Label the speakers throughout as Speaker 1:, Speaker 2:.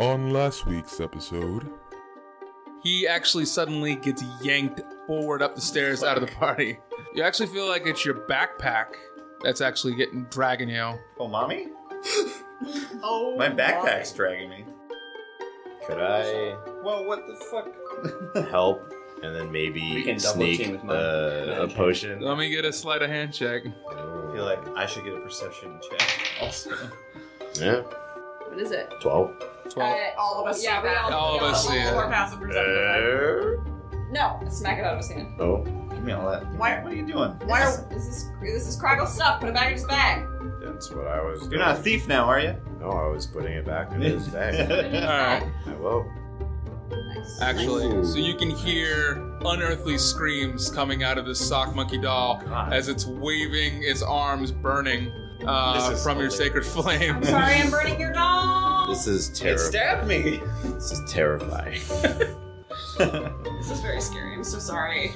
Speaker 1: On last week's episode,
Speaker 2: he actually suddenly gets yanked forward up the stairs out of the party. You actually feel like it's your backpack that's actually getting dragging you.
Speaker 3: Oh, mommy?
Speaker 4: Oh,
Speaker 3: My backpack's dragging me.
Speaker 5: Could I
Speaker 3: Well, what the fuck?
Speaker 5: help and then
Speaker 4: We
Speaker 5: maybe
Speaker 4: can double
Speaker 5: sneak
Speaker 4: team with mine.
Speaker 5: uh, a
Speaker 4: Magic.
Speaker 5: potion?
Speaker 2: Let me get a sleight of hand check.
Speaker 3: I feel like I should get a perception check also.
Speaker 5: Yeah,
Speaker 6: What is it?
Speaker 5: twelve.
Speaker 2: Twelve.
Speaker 4: all of us
Speaker 6: Yeah, we
Speaker 4: see
Speaker 6: all-
Speaker 4: that.
Speaker 2: All of
Speaker 6: yeah,
Speaker 2: us
Speaker 6: all
Speaker 2: see it.
Speaker 6: Four passive perception. right?
Speaker 5: Uh,
Speaker 6: No, smack it out of his hand.
Speaker 5: oh,
Speaker 3: Give me all that. Give me-
Speaker 4: Why-
Speaker 3: What are you doing?
Speaker 4: Why
Speaker 6: This is- this is this is Craggle stuff. Put it back in his bag.
Speaker 5: that's what I was.
Speaker 3: You're not a thief now, are you?
Speaker 5: No, Oh, I was putting it back in his bag.
Speaker 6: Put it in his
Speaker 2: All right.
Speaker 6: bag.
Speaker 5: I will.
Speaker 6: Nice.
Speaker 2: Actually, so you can hear unearthly screams coming out of this sock monkey doll as it's waving its arms burning uh,
Speaker 5: This is
Speaker 2: from your
Speaker 5: hilarious.
Speaker 2: sacred flame.
Speaker 6: I'm sorry, I'm burning your doll.
Speaker 5: This is terrifying.
Speaker 3: stabbed me!
Speaker 5: This is terrifying.
Speaker 6: This is very scary. I'm so sorry.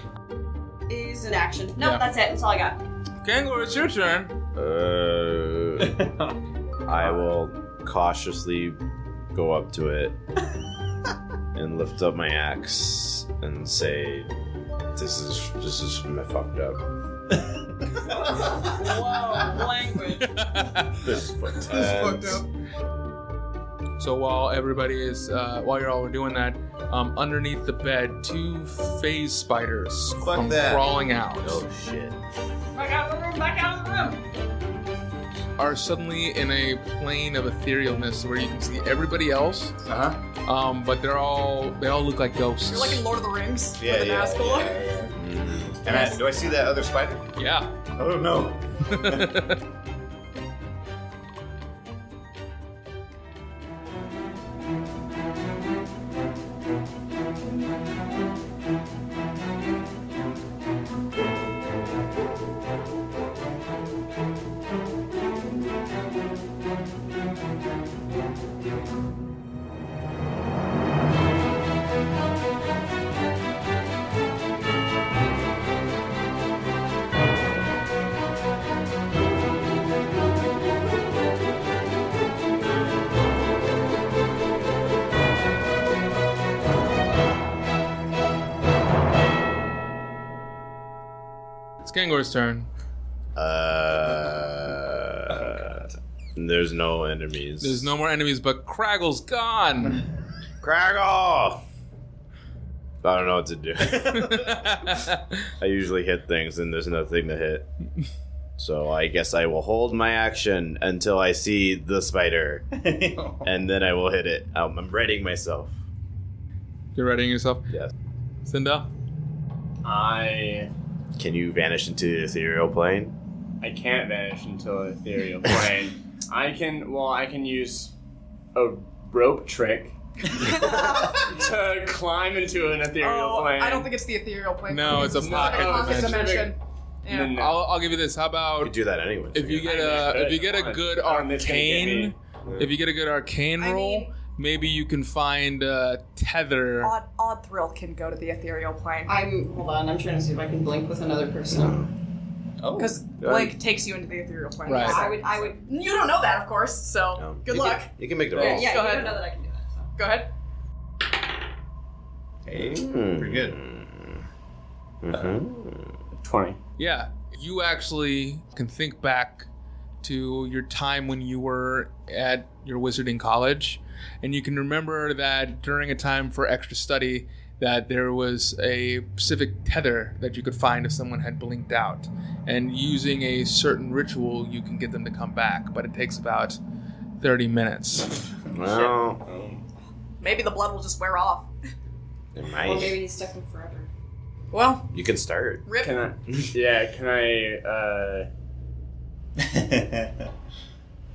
Speaker 6: Is an action. No,
Speaker 2: Yeah.
Speaker 6: that's it. That's all I got.
Speaker 2: Kangaroo, it's your turn.
Speaker 5: Uh, I will cautiously go up to it and lift up my axe and say, "This is this is my fucked up.
Speaker 6: Whoa, language.
Speaker 5: This is fucked
Speaker 2: fucked up. So while everybody is, uh, while you're all doing that, um, underneath the bed, two phase spiders
Speaker 3: Fuck
Speaker 2: come
Speaker 3: that.
Speaker 2: crawling out
Speaker 5: Oh shit!
Speaker 6: Back out of the room. Back out of the room.
Speaker 2: are suddenly in a plane of etherealness where you can see everybody else,
Speaker 3: huh?
Speaker 2: um, but they're all they all look like ghosts.
Speaker 4: You're like in Lord of the Rings
Speaker 3: Yeah,
Speaker 4: with an
Speaker 3: yeah,
Speaker 4: asshole.
Speaker 3: yeah, yeah.
Speaker 5: Mm.
Speaker 3: And I, do I see that other spider?
Speaker 2: yeah.
Speaker 3: I don't know.
Speaker 2: It's Kangor's turn.
Speaker 3: Oh,
Speaker 5: Uh, there's no enemies.
Speaker 2: There's no more enemies, but Craggle's gone.
Speaker 5: Craggle. I don't know what to do.
Speaker 2: okay.
Speaker 5: I usually hit things and there's nothing to hit. So I guess I will hold my action until I see the spider, and then I will hit it. Um, I'm readying myself.
Speaker 2: You're readying yourself.
Speaker 5: Yes.
Speaker 2: Cinda.
Speaker 7: I
Speaker 5: Can you vanish into the ethereal plane?
Speaker 7: I can't vanish until ethereal plane. I can well I can use a rope trick to climb into an ethereal
Speaker 4: Oh,
Speaker 7: plane.
Speaker 4: I don't think it's the ethereal plane.
Speaker 2: No, it's a pocket
Speaker 4: not a pocket
Speaker 2: dimension.
Speaker 4: dimension. Yeah.
Speaker 7: No, no.
Speaker 2: I'll, I'll give you this. How
Speaker 5: We
Speaker 2: about
Speaker 5: do that anyway.
Speaker 2: if you get
Speaker 7: I
Speaker 2: a
Speaker 7: could.
Speaker 2: if you get
Speaker 7: Come
Speaker 2: a
Speaker 7: on.
Speaker 2: good
Speaker 7: I don't think it's gonna get
Speaker 2: arcane
Speaker 5: me.
Speaker 2: if you get a good arcane
Speaker 4: I
Speaker 2: roll,
Speaker 4: mean-
Speaker 2: maybe you can find uh, tether.
Speaker 4: Odd, odd thrill can go to the ethereal plane
Speaker 6: I'm hold on. I'm trying to see if I can blink with another person.
Speaker 3: Oh.
Speaker 4: because Blake takes you into the ethereal plane.
Speaker 2: Right.
Speaker 6: I would. I would.
Speaker 4: You don't know that, of course. So
Speaker 5: Um,
Speaker 4: good
Speaker 5: you
Speaker 4: luck.
Speaker 5: Can, you can make the
Speaker 6: Yeah,
Speaker 5: roll.
Speaker 6: yeah
Speaker 4: Go
Speaker 6: you
Speaker 4: ahead.
Speaker 6: don't know that I can do that. So.
Speaker 4: Go ahead.
Speaker 3: Hey,
Speaker 5: Hmm.
Speaker 3: pretty good.
Speaker 5: Mhm.
Speaker 7: twenty.
Speaker 2: Yeah, you actually can think back to your time when you were at your wizarding college, and you can remember that during a time for extra study, that there was a specific tether that you could find if someone had blinked out, and using a certain ritual, you can get them to come back, but it takes about thirty minutes.
Speaker 3: Uh-huh.
Speaker 5: Well,
Speaker 4: Maybe the blood will just wear off.
Speaker 5: it
Speaker 6: Well,
Speaker 5: might.
Speaker 6: maybe he's stuck in forever.
Speaker 4: Well,
Speaker 5: You can start.
Speaker 4: rip.
Speaker 7: Can I? Yeah. Can I? Uh,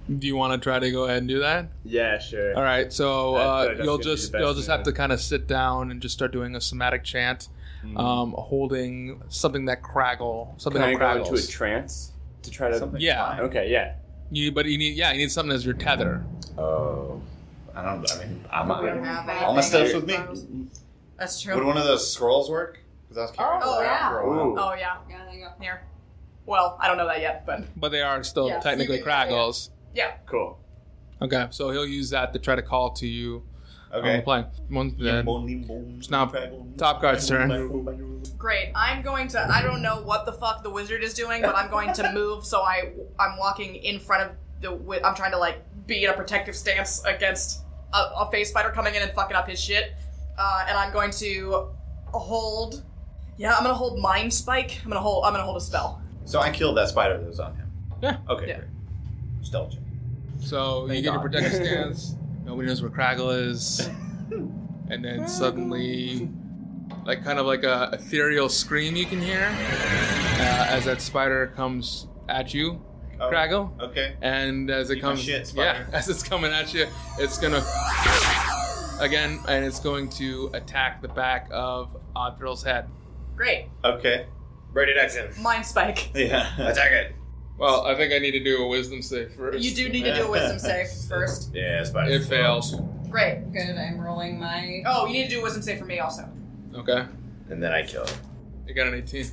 Speaker 2: Do you want to try to go ahead and do that?
Speaker 7: yeah. Sure.
Speaker 2: All right, so
Speaker 7: That's
Speaker 2: uh,
Speaker 7: good. That's
Speaker 2: you'll
Speaker 7: gonna be
Speaker 2: just
Speaker 7: the best
Speaker 2: you'll just have to
Speaker 7: thing.
Speaker 2: kind of sit down and just start doing a somatic chant,
Speaker 7: Mm.
Speaker 2: um, holding something that craggle, something
Speaker 7: Can I
Speaker 2: that
Speaker 7: go into a
Speaker 2: craggles.
Speaker 7: trance to try to?
Speaker 3: Something
Speaker 2: Yeah.
Speaker 3: fine.
Speaker 7: Okay. Yeah.
Speaker 2: you, but you need yeah, you need something as your tether.
Speaker 5: Oh.
Speaker 3: I don't. I mean, I'm.
Speaker 4: We don't have
Speaker 3: all my
Speaker 4: anything.
Speaker 3: stuff's with me.
Speaker 4: That's true.
Speaker 3: Would one of those scrolls work? Because I was carrying
Speaker 6: Oh,
Speaker 3: it around
Speaker 6: yeah.
Speaker 3: for a while.
Speaker 7: Ooh.
Speaker 4: Oh yeah.
Speaker 6: Yeah, there you go.
Speaker 4: Here. Well, I don't know that yet, but
Speaker 2: But they are still
Speaker 6: Yeah.
Speaker 2: technically
Speaker 6: Yeah, yeah, yeah.
Speaker 2: craggles.
Speaker 4: yeah.
Speaker 7: Cool.
Speaker 2: Okay, so he'll use that to try to call to you I'm playing. One's dead. It's now Top Guard's turn.
Speaker 4: Great. I'm going to. I don't know what the fuck the wizard is doing, but I'm going to move. So I I'm walking in front of the. wi- I'm trying to like be in a protective stance against a, a face fighter coming in and fucking up his shit. Uh, and I'm going to hold. Yeah, I'm gonna hold mind spike. I'm gonna hold. I'm gonna hold a spell.
Speaker 3: So I killed that spider that was on him.
Speaker 2: Yeah.
Speaker 3: Okay.
Speaker 4: Yeah.
Speaker 3: Great. Stealth check.
Speaker 2: So you
Speaker 3: Thank
Speaker 2: get your
Speaker 3: God.
Speaker 2: protective stance. Nobody knows where Craggle is. And then suddenly, like kind of like a ethereal scream you can hear uh, as that spider comes at you,
Speaker 3: Oh,
Speaker 2: Craggle.
Speaker 3: Okay.
Speaker 2: And as it
Speaker 3: Eat my
Speaker 2: comes,
Speaker 3: shit,
Speaker 2: yeah,
Speaker 3: spider.
Speaker 2: as it's coming at you, it's gonna again, and it's going to attack the back of Oddthrill's head.
Speaker 4: Great.
Speaker 3: Okay.
Speaker 5: Ready to action.
Speaker 4: Mind spike.
Speaker 3: Yeah.
Speaker 5: Attack it.
Speaker 2: Well, I think I need to do a wisdom save first.
Speaker 4: You do need to do a wisdom save first.
Speaker 5: Yeah, spider.
Speaker 2: It fails.
Speaker 4: Great.
Speaker 6: Good. I'm rolling my.
Speaker 4: Oh, you need to do a wisdom save for me also.
Speaker 2: Okay,
Speaker 5: And then I kill it.
Speaker 2: I got an 18.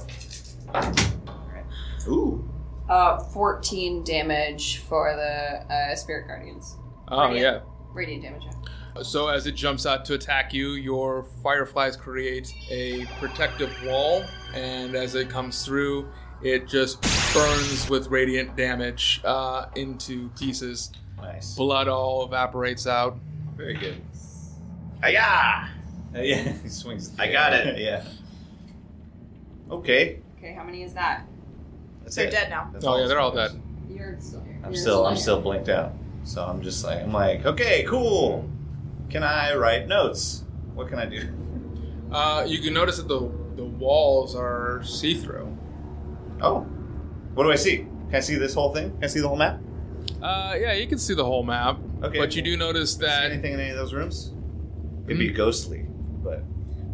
Speaker 3: Ooh.
Speaker 6: Uh, 14 damage for the uh, spirit guardians.
Speaker 2: Oh yeah.
Speaker 6: Radiant damage. yeah.
Speaker 2: So as it jumps out to attack you, your fireflies create a protective wall, and as it comes through, it just burns with radiant damage uh, into pieces.
Speaker 3: Nice.
Speaker 2: Blood all evaporates out.
Speaker 3: Very good.
Speaker 5: Aya!
Speaker 3: Yeah. He swings.
Speaker 5: I got it.
Speaker 3: yeah. Okay.
Speaker 6: Okay, how many is that?
Speaker 3: That's
Speaker 4: They're
Speaker 3: it.
Speaker 4: dead now.
Speaker 3: That's
Speaker 2: Oh yeah, they're all dead.
Speaker 6: You're still here.
Speaker 3: I'm
Speaker 6: You're
Speaker 3: still I'm
Speaker 6: here.
Speaker 3: still blinked out. So I'm just like I'm like, okay, cool. Can I write notes? What can I do?
Speaker 2: Uh, you can notice that the the walls are see through.
Speaker 3: Oh. What do I see? Can I see this whole thing? Can I see the whole map?
Speaker 2: Uh, yeah, you can see the whole map,
Speaker 3: Okay.
Speaker 2: but you do notice
Speaker 3: Can I see
Speaker 2: that Mm-hmm.
Speaker 3: anything in any of those rooms? It'd be ghostly, but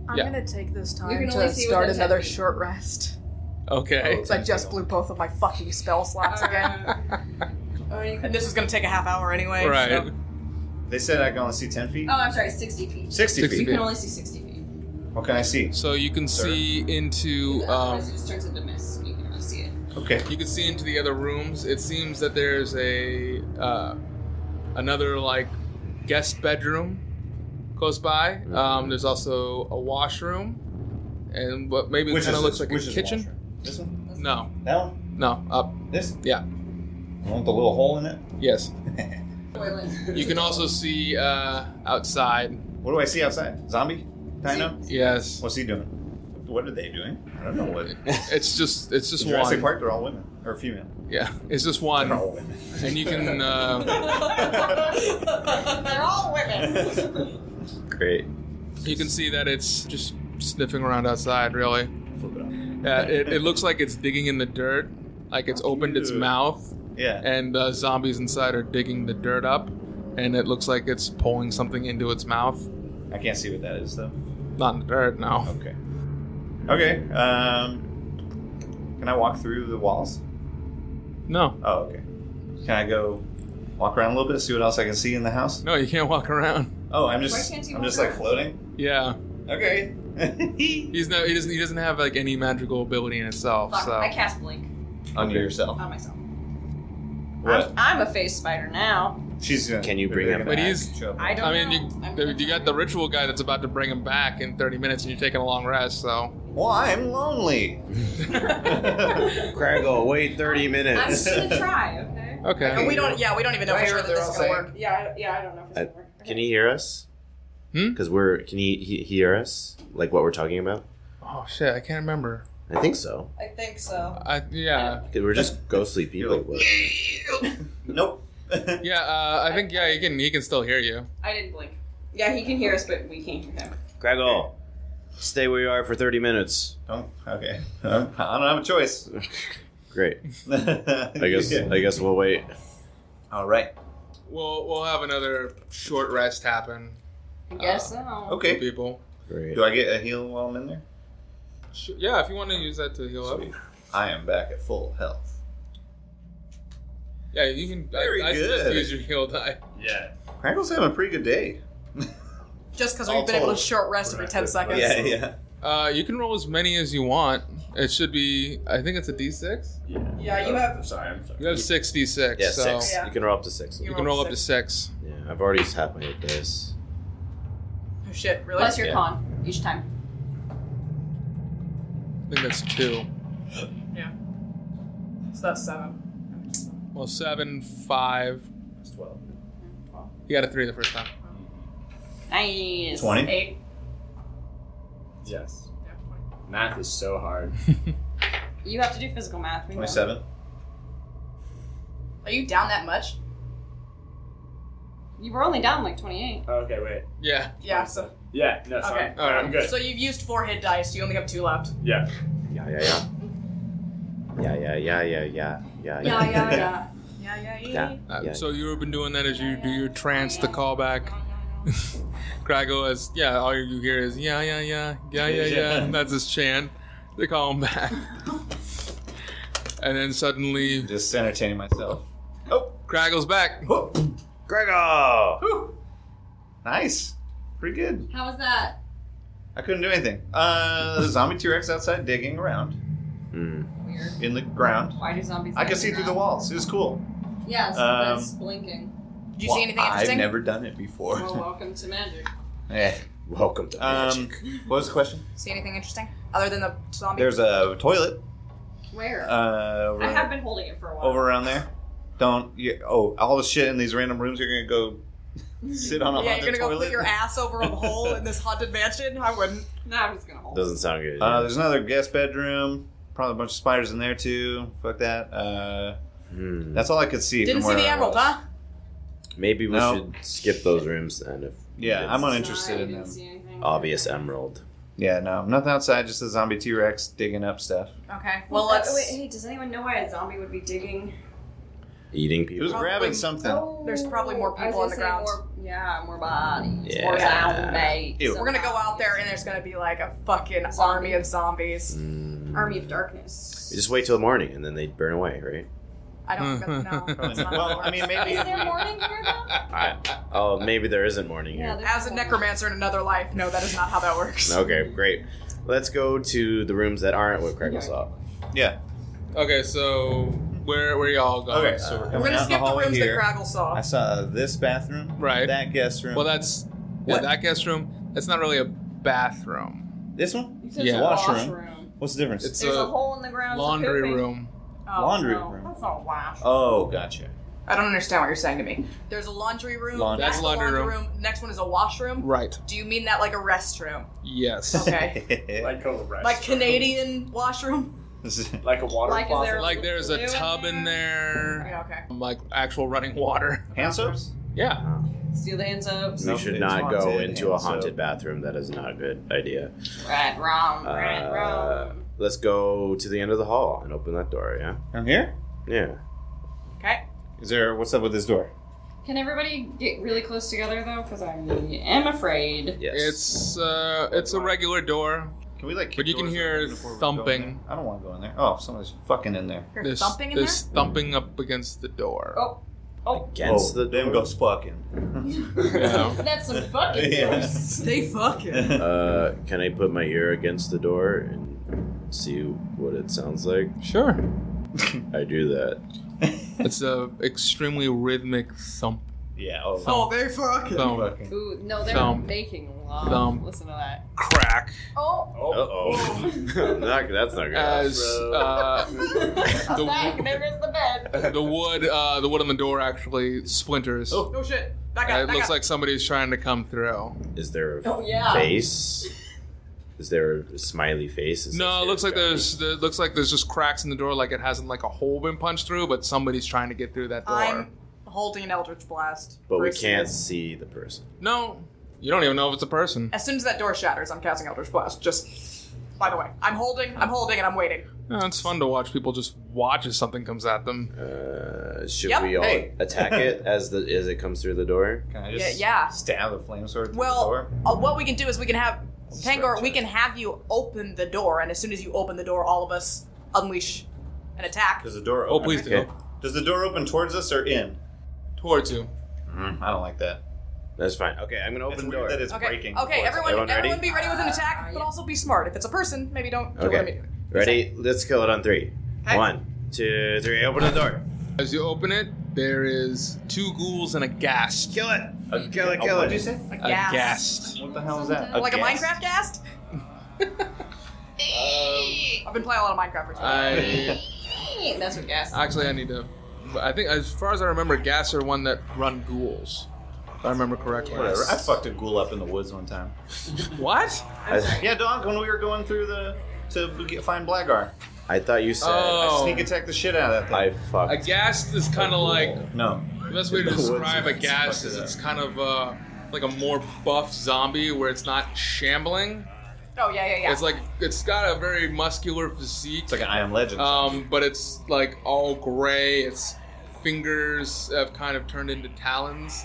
Speaker 4: I'm
Speaker 2: Yeah.
Speaker 4: gonna take this
Speaker 6: You
Speaker 4: time
Speaker 6: can only
Speaker 4: to
Speaker 6: see
Speaker 4: start
Speaker 6: within ten
Speaker 4: another
Speaker 6: feet.
Speaker 4: short rest.
Speaker 2: okay.
Speaker 4: Because I just blew both of my fucking spell slots again.
Speaker 6: Uh, oh, you can.
Speaker 4: And this is gonna take a half hour anyway.
Speaker 2: Right.
Speaker 4: so-
Speaker 3: they said I can only see ten feet.
Speaker 6: Oh, I'm sorry, 60 feet.
Speaker 2: 60
Speaker 3: 60,
Speaker 6: You
Speaker 3: feet.
Speaker 6: can only see 60 feet.
Speaker 3: What can I see?
Speaker 2: So you can
Speaker 3: Sir.
Speaker 2: see into um,
Speaker 6: Otherwise, it just turns into mist. You can only see it.
Speaker 3: Okay.
Speaker 2: You can see into the other rooms. It seems that there's a uh, another like guest bedroom close by.
Speaker 3: Mm-hmm.
Speaker 2: Um, there's also a washroom, and what maybe kind of looks
Speaker 3: this?
Speaker 2: like
Speaker 3: Which
Speaker 2: a
Speaker 3: is the
Speaker 2: kitchen.
Speaker 3: washroom? This one?
Speaker 2: No,
Speaker 3: That one?
Speaker 2: no, up.
Speaker 3: This?
Speaker 2: Yeah.
Speaker 3: The one with the little hole in it?
Speaker 2: Yes.
Speaker 6: Boiling.
Speaker 2: You can also see uh, outside.
Speaker 3: What do I see outside? Zombie? Dino?
Speaker 2: Yes.
Speaker 3: What's he doing? What are they doing? I don't know what.
Speaker 2: It's just it's just
Speaker 3: In Jurassic
Speaker 2: one.
Speaker 3: Park, they're all women. Or female.
Speaker 2: Yeah, it's just
Speaker 3: They're
Speaker 2: one,
Speaker 3: all women.
Speaker 2: and you can. Uh,
Speaker 6: They're all women.
Speaker 5: Great.
Speaker 2: You can see that it's just sniffing around outside, really.
Speaker 3: Flip it up.
Speaker 2: Uh, it, it looks like it's digging in the dirt, like it's opened its
Speaker 3: Dude.
Speaker 2: mouth,
Speaker 3: Yeah.
Speaker 2: and uh, zombies inside are digging the dirt up, and it looks like it's pulling something into its mouth.
Speaker 3: I can't see what that is, though.
Speaker 2: Not in the dirt, no.
Speaker 3: Okay. Okay. Um, can I walk through the walls?
Speaker 2: No.
Speaker 3: Oh, okay. Can I go walk around a little bit, see what else I can see in the house?
Speaker 2: No, you can't walk around.
Speaker 3: Oh, I'm
Speaker 6: Why
Speaker 3: just,
Speaker 6: can't you
Speaker 3: I'm
Speaker 6: walk
Speaker 3: just like
Speaker 6: around?
Speaker 3: floating.
Speaker 2: Yeah.
Speaker 3: Okay.
Speaker 2: He's no he doesn't he doesn't have like any magical ability in itself,
Speaker 6: Fuck, I
Speaker 2: so
Speaker 6: cast blink
Speaker 3: Under yourself.
Speaker 6: on myself.
Speaker 3: What?
Speaker 6: I'm, I'm a face spider now.
Speaker 3: She's gonna.
Speaker 5: Can you
Speaker 3: they're
Speaker 5: bring him
Speaker 3: gonna
Speaker 2: But he's-
Speaker 3: show up.
Speaker 6: I don't
Speaker 2: I mean,
Speaker 6: know.
Speaker 2: you,
Speaker 6: I'm
Speaker 2: you got the ritual guy that's about to bring him back in 30 minutes, and you're taking a long rest, so.
Speaker 3: Well, I'm lonely.
Speaker 5: Craggle, wait 30
Speaker 6: I'm
Speaker 5: minutes.
Speaker 6: just gonna try, okay?
Speaker 2: Okay.
Speaker 4: And we don't. Yeah, we don't even know for sure that
Speaker 3: they're
Speaker 4: this
Speaker 3: all
Speaker 4: is gonna
Speaker 3: saying-
Speaker 4: work.
Speaker 6: Yeah, I, yeah, I don't know if it's gonna
Speaker 5: Uh,
Speaker 6: work.
Speaker 5: Can he hear us?
Speaker 2: Hmm?
Speaker 5: Because we're can he, he hear us? Like what we're talking about?
Speaker 2: Oh, shit, I can't remember.
Speaker 5: I think so.
Speaker 6: I think so.
Speaker 2: I, yeah.
Speaker 5: 'Cause we're just ghostly people. but-
Speaker 3: Nope.
Speaker 2: Yeah, uh, I think, yeah, he can, he can still hear you.
Speaker 6: I didn't blink. Yeah, he can hear us, but we can't hear him.
Speaker 5: Craggle, stay where you are for 30 minutes.
Speaker 3: Don't- okay. I don't have a choice.
Speaker 5: Great.
Speaker 3: I
Speaker 5: I guess I guess we'll wait.
Speaker 3: All right.
Speaker 2: We'll we'll have another short rest happen.
Speaker 6: I guess so.
Speaker 2: for
Speaker 3: Uh, Okay.
Speaker 2: people.
Speaker 5: Great.
Speaker 3: Do I get a heal while I'm in there?
Speaker 2: Sh- Yeah, if you want to use that to heal up.
Speaker 3: Sweet. I am back at full health.
Speaker 2: Yeah, you can.
Speaker 3: Very
Speaker 2: I, I suggest
Speaker 3: good.
Speaker 2: Use your heal die.
Speaker 7: Yeah.
Speaker 3: Crankle's having a pretty good day.
Speaker 4: Just because
Speaker 3: All
Speaker 4: we've been able to
Speaker 3: told.
Speaker 4: short rest every ten seconds.
Speaker 3: Yeah, yeah.
Speaker 2: Uh, you can roll as many as you want. It should be. I think it's a d6.
Speaker 7: Yeah.
Speaker 4: Yeah, you
Speaker 7: Oh,
Speaker 4: have-
Speaker 7: I'm sorry. I'm sorry.
Speaker 2: You have six d6.
Speaker 5: Yeah,
Speaker 2: so
Speaker 5: six.
Speaker 4: Yeah.
Speaker 5: You can roll up to six.
Speaker 2: You
Speaker 4: You
Speaker 2: can roll up to six.
Speaker 5: Yeah, I've already had my dice.
Speaker 4: Oh, shit, really?
Speaker 6: Plus your
Speaker 5: Yeah.
Speaker 6: con each time.
Speaker 2: I think that's two.
Speaker 4: So that's seven.
Speaker 2: Well, seven, five.
Speaker 3: That's 12.
Speaker 2: You got a three the first time.
Speaker 6: Nice.
Speaker 3: 20?
Speaker 4: Eight.
Speaker 7: Yes.
Speaker 4: Yeah, 20.
Speaker 7: Math is so hard.
Speaker 6: You have to do physical math. we know.
Speaker 3: 27?
Speaker 4: Are you down that much?
Speaker 6: You were only down like 28.
Speaker 7: Okay, wait.
Speaker 2: Yeah.
Speaker 4: Yeah, so
Speaker 7: Yeah, no, so
Speaker 4: Okay.
Speaker 7: I'm, all right, I'm good.
Speaker 4: so you've used four hit dice, you only have two left.
Speaker 7: Yeah.
Speaker 5: Yeah, yeah, yeah. Yeah, yeah, yeah, yeah, yeah, yeah,
Speaker 6: Yeah, yeah, yeah.
Speaker 4: Yeah, yeah,
Speaker 5: yeah.
Speaker 2: Uh,
Speaker 5: yeah.
Speaker 2: so you've been doing that as you do your trance, the callback. Krago is yeah. All you hear is yeah, yeah, yeah, yeah, yeah, yeah. That's his chant. They call him back, and then suddenly
Speaker 3: Just entertaining myself. Oh,
Speaker 2: Krago's back.
Speaker 3: Whoop.
Speaker 5: Gregor!
Speaker 3: Whew. Nice. Pretty good.
Speaker 6: How was that?
Speaker 3: I couldn't do anything. Uh, the zombie T Rex outside digging around
Speaker 5: Mm.
Speaker 6: Weird.
Speaker 3: in the ground.
Speaker 6: Why do zombies?
Speaker 3: I
Speaker 6: like
Speaker 3: could see
Speaker 6: that?
Speaker 3: through the walls. It was cool.
Speaker 6: Yes,
Speaker 3: Um,
Speaker 6: that's blinking.
Speaker 4: Did you
Speaker 3: Well,
Speaker 4: see anything interesting?
Speaker 3: I've never done it
Speaker 6: Well,
Speaker 3: before.
Speaker 6: welcome to magic.
Speaker 3: Eh.
Speaker 5: Welcome to
Speaker 3: um,
Speaker 5: magic.
Speaker 3: what was the question?
Speaker 4: See anything interesting? Other than the zombie?
Speaker 3: There's a toilet
Speaker 6: Where?
Speaker 3: uh, over,
Speaker 6: I have been holding it for a while.
Speaker 3: over around there. Don't you, oh all the shit in these random rooms. You're gonna go sit on a
Speaker 4: yeah, you're
Speaker 3: haunted
Speaker 4: gonna go put
Speaker 3: toilet.
Speaker 4: your ass over a hole in this haunted mansion? I wouldn't.
Speaker 6: No, I'm just gonna hold. it.
Speaker 5: Doesn't sound good.
Speaker 3: uh, there's another guest bedroom. Probably a bunch of spiders in there too. Fuck that. Uh,
Speaker 5: Hmm.
Speaker 3: that's all I could see.
Speaker 4: Didn't
Speaker 3: from
Speaker 4: see
Speaker 3: where
Speaker 4: the
Speaker 3: I
Speaker 4: emerald,
Speaker 3: was.
Speaker 4: huh?
Speaker 5: Maybe we
Speaker 3: No.
Speaker 5: should skip those rooms and if
Speaker 3: Yeah,
Speaker 5: It's
Speaker 3: I'm
Speaker 5: not
Speaker 3: uninterested
Speaker 6: Sorry, I
Speaker 3: in
Speaker 6: didn't
Speaker 3: them.
Speaker 6: see anything.
Speaker 5: obvious emerald.
Speaker 3: Yeah, no, nothing outside. Just the zombie T Rex digging up stuff.
Speaker 4: Okay. Well,
Speaker 6: Well,
Speaker 4: let's.
Speaker 6: Wait, hey, does anyone know why a zombie would be digging?
Speaker 5: Eating
Speaker 3: He
Speaker 5: people.
Speaker 3: was
Speaker 4: Probably-
Speaker 3: grabbing something.
Speaker 4: There's probably more
Speaker 6: I was
Speaker 4: people
Speaker 6: gonna
Speaker 4: on the
Speaker 6: say
Speaker 4: ground.
Speaker 6: More, yeah, more bodies. More
Speaker 5: Yeah.
Speaker 6: zombies.
Speaker 3: Ew.
Speaker 4: We're gonna go out there and there's gonna be like a fucking
Speaker 6: Zombie.
Speaker 4: army of zombies.
Speaker 5: Mm.
Speaker 6: army of darkness.
Speaker 5: You just wait till the morning and then they burn away, right?
Speaker 4: I don't know. No,
Speaker 3: Probably
Speaker 4: that's
Speaker 3: not.
Speaker 4: not
Speaker 3: well, I mean, maybe.
Speaker 6: Is there morning here though?
Speaker 5: I, oh, maybe there isn't morning
Speaker 6: Yeah,
Speaker 5: here.
Speaker 6: there's
Speaker 4: As a
Speaker 6: morning.
Speaker 4: necromancer in another life, no, that is not how that works.
Speaker 5: Okay, great. Let's go to the rooms that aren't what Craig saw.
Speaker 3: Yeah.
Speaker 2: Okay, so where where y'all going? Uh,
Speaker 3: Okay, so we're
Speaker 4: We're
Speaker 3: coming out
Speaker 4: gonna
Speaker 3: in the
Speaker 4: skip the,
Speaker 3: hallway
Speaker 4: rooms
Speaker 3: here.
Speaker 4: that Craggle saw.
Speaker 3: I saw this bathroom,
Speaker 2: Right.
Speaker 3: That guest room.
Speaker 2: Well, that's yeah,
Speaker 3: What?
Speaker 2: that guest room. That's not really a bathroom.
Speaker 3: this one.
Speaker 6: You said it's
Speaker 2: Yeah.
Speaker 6: a washroom.
Speaker 3: What's the difference?
Speaker 2: It's
Speaker 6: There's a,
Speaker 2: a
Speaker 6: hole in the ground. for
Speaker 2: laundry
Speaker 6: pooping.
Speaker 2: room.
Speaker 4: Oh,
Speaker 3: laundry
Speaker 6: no,
Speaker 3: room.
Speaker 6: That's not a washroom.
Speaker 3: Oh, gotcha.
Speaker 4: I don't understand what you're saying to me. There's a laundry room.
Speaker 3: Laundry.
Speaker 4: That's
Speaker 2: That's
Speaker 4: the laundry,
Speaker 2: laundry
Speaker 4: room. Next one is a washroom.
Speaker 2: Right.
Speaker 4: Do you mean that like a restroom?
Speaker 2: Yes.
Speaker 4: Okay.
Speaker 7: Like a restaurant.
Speaker 4: like Canadian washroom?
Speaker 3: This is-
Speaker 7: Like a water
Speaker 6: Like, is
Speaker 7: closet.
Speaker 6: there-
Speaker 2: like there's
Speaker 6: Blue
Speaker 2: a
Speaker 6: in
Speaker 2: tub in there,
Speaker 4: Yeah, okay.
Speaker 2: like actual running water.
Speaker 3: hand soaps.
Speaker 2: Yeah.
Speaker 6: Steal the hands up.
Speaker 5: We
Speaker 3: Something's
Speaker 5: should not go
Speaker 3: haunted,
Speaker 5: into a
Speaker 3: and so-
Speaker 5: Um, haunted bathroom. That is not a good idea.
Speaker 6: Right, wrong, right,
Speaker 5: Uh,
Speaker 6: wrong.
Speaker 5: let's go to the end of the hall and open that door, yeah?
Speaker 3: I'm here.
Speaker 5: Yeah.
Speaker 4: Okay.
Speaker 3: Is there? What's up with this door?
Speaker 6: Can everybody get really close together though? Because I am afraid.
Speaker 5: Yes.
Speaker 2: It's uh it's a regular door.
Speaker 3: Can we like?
Speaker 2: But
Speaker 3: kick
Speaker 2: you can
Speaker 3: doors
Speaker 2: hear
Speaker 3: open before we go in there?
Speaker 2: thumping.
Speaker 3: I don't want to go in there. Oh, somebody's fucking in there.
Speaker 4: There's,
Speaker 2: There's
Speaker 4: thumping in
Speaker 2: there's thumping up against the door.
Speaker 6: Oh, oh,
Speaker 5: against
Speaker 3: oh,
Speaker 5: the
Speaker 3: them
Speaker 5: door.
Speaker 3: goes fucking.
Speaker 2: Yeah.
Speaker 6: that's some fucking
Speaker 3: Yeah.
Speaker 6: gross.
Speaker 4: there? They fucking.
Speaker 5: Uh, can I put my ear against the door and see what it sounds like?
Speaker 2: Sure.
Speaker 5: I do that.
Speaker 2: It's a extremely rhythmic thump
Speaker 3: yeah. Oh,
Speaker 4: Oh, they fucking.
Speaker 2: thump
Speaker 3: fucking.
Speaker 6: Ooh, no, they're
Speaker 2: Thumb.
Speaker 6: making love.
Speaker 2: Thumb.
Speaker 6: Listen to that.
Speaker 2: crack
Speaker 6: Oh,
Speaker 5: Uh oh. that's not good.
Speaker 2: as uh
Speaker 6: the back, there is the bed.
Speaker 2: the wood uh the wood on the door actually splinters.
Speaker 3: Oh.
Speaker 4: No shit. Back
Speaker 2: And
Speaker 4: up.
Speaker 2: it
Speaker 4: Back
Speaker 2: looks
Speaker 4: up.
Speaker 2: like somebody's trying to come through.
Speaker 5: Is there a
Speaker 6: Oh, yeah.
Speaker 5: face? Is there a smiley face? Is
Speaker 2: No, it looks like
Speaker 5: there-
Speaker 2: there's there, looks like there's just cracks in the door, like it hasn't like a hole been punched through, but somebody's trying to get through that door.
Speaker 4: I'm holding an eldritch blast.
Speaker 5: But we
Speaker 4: Bruce.
Speaker 5: can't see the person.
Speaker 2: No, you don't even know if it's a person.
Speaker 4: As soon as that door shatters, I'm casting eldritch blast. Just. By the way, I'm holding. I'm holding, and I'm waiting.
Speaker 2: No, it's fun to watch people just watch as something comes at them.
Speaker 5: Uh, should
Speaker 4: Yep.
Speaker 5: we all
Speaker 3: Hey.
Speaker 5: attack it as the as it comes through the door?
Speaker 3: Can I just
Speaker 4: Yeah, yeah.
Speaker 3: stab a flame sword through the
Speaker 4: Well,
Speaker 3: door?
Speaker 4: uh, what we can do is we can have Tangor.
Speaker 3: stretch
Speaker 4: We
Speaker 3: it.
Speaker 4: can have you open the door, and as soon as you open the door, all of us unleash an attack.
Speaker 3: Does the door?
Speaker 2: Oh,
Speaker 3: Open?
Speaker 2: please do.
Speaker 3: Does the door open towards us or in?
Speaker 2: Towards you.
Speaker 3: Mm, I don't like that.
Speaker 5: That's fine. Okay, I'm gonna
Speaker 3: It's
Speaker 5: open the
Speaker 3: weird
Speaker 5: door.
Speaker 3: that it's
Speaker 4: Okay.
Speaker 3: breaking.
Speaker 4: okay,
Speaker 3: towards us.
Speaker 4: everyone,
Speaker 5: Everyone
Speaker 4: everyone,
Speaker 5: ready?
Speaker 4: be ready with an attack, but
Speaker 6: yeah.
Speaker 4: also be smart. If it's a person, maybe don't kill
Speaker 5: Okay.
Speaker 4: them immediately.
Speaker 5: Ready? Let's kill it on three.
Speaker 4: Okay.
Speaker 5: One, two, three. Open the door.
Speaker 2: As you open it, There is two ghouls and a ghast.
Speaker 3: Kill it. kill it. Oh,
Speaker 7: kill
Speaker 3: What'd
Speaker 7: it.
Speaker 3: you say?
Speaker 2: A
Speaker 4: Ghast.
Speaker 2: ghast.
Speaker 3: What the hell is that? Uh,
Speaker 4: like a
Speaker 3: gas?
Speaker 4: Minecraft ghast? I've been playing a lot of Minecraft recently.
Speaker 2: I
Speaker 6: That's what gas.
Speaker 2: actually I need to. but I think as far as I remember, ghasts are one that run ghouls. If I remember correctly.
Speaker 3: Whatever. I fucked a ghoul up in the woods one time.
Speaker 2: What?
Speaker 5: I,
Speaker 3: Yeah, Donk, when we were going through the to get, find Blagar,
Speaker 5: I thought you said
Speaker 2: Oh.
Speaker 3: sneak attack the shit out of that
Speaker 5: I
Speaker 2: A
Speaker 5: fucked.
Speaker 2: ghast is kind of like
Speaker 5: ghoul.
Speaker 3: thing. No.
Speaker 2: the best way to
Speaker 5: In the woods,
Speaker 2: describe a
Speaker 5: it's
Speaker 2: ghast is
Speaker 5: fucked
Speaker 2: it's
Speaker 5: up.
Speaker 2: kind of uh, like a more buff zombie where it's not shambling.
Speaker 4: oh, yeah, yeah, yeah.
Speaker 2: It's like it's got a very muscular physique.
Speaker 3: It's like an I Am Legend.
Speaker 4: Oh.
Speaker 2: Um, but it's like all gray. Its fingers have kind of turned into talons.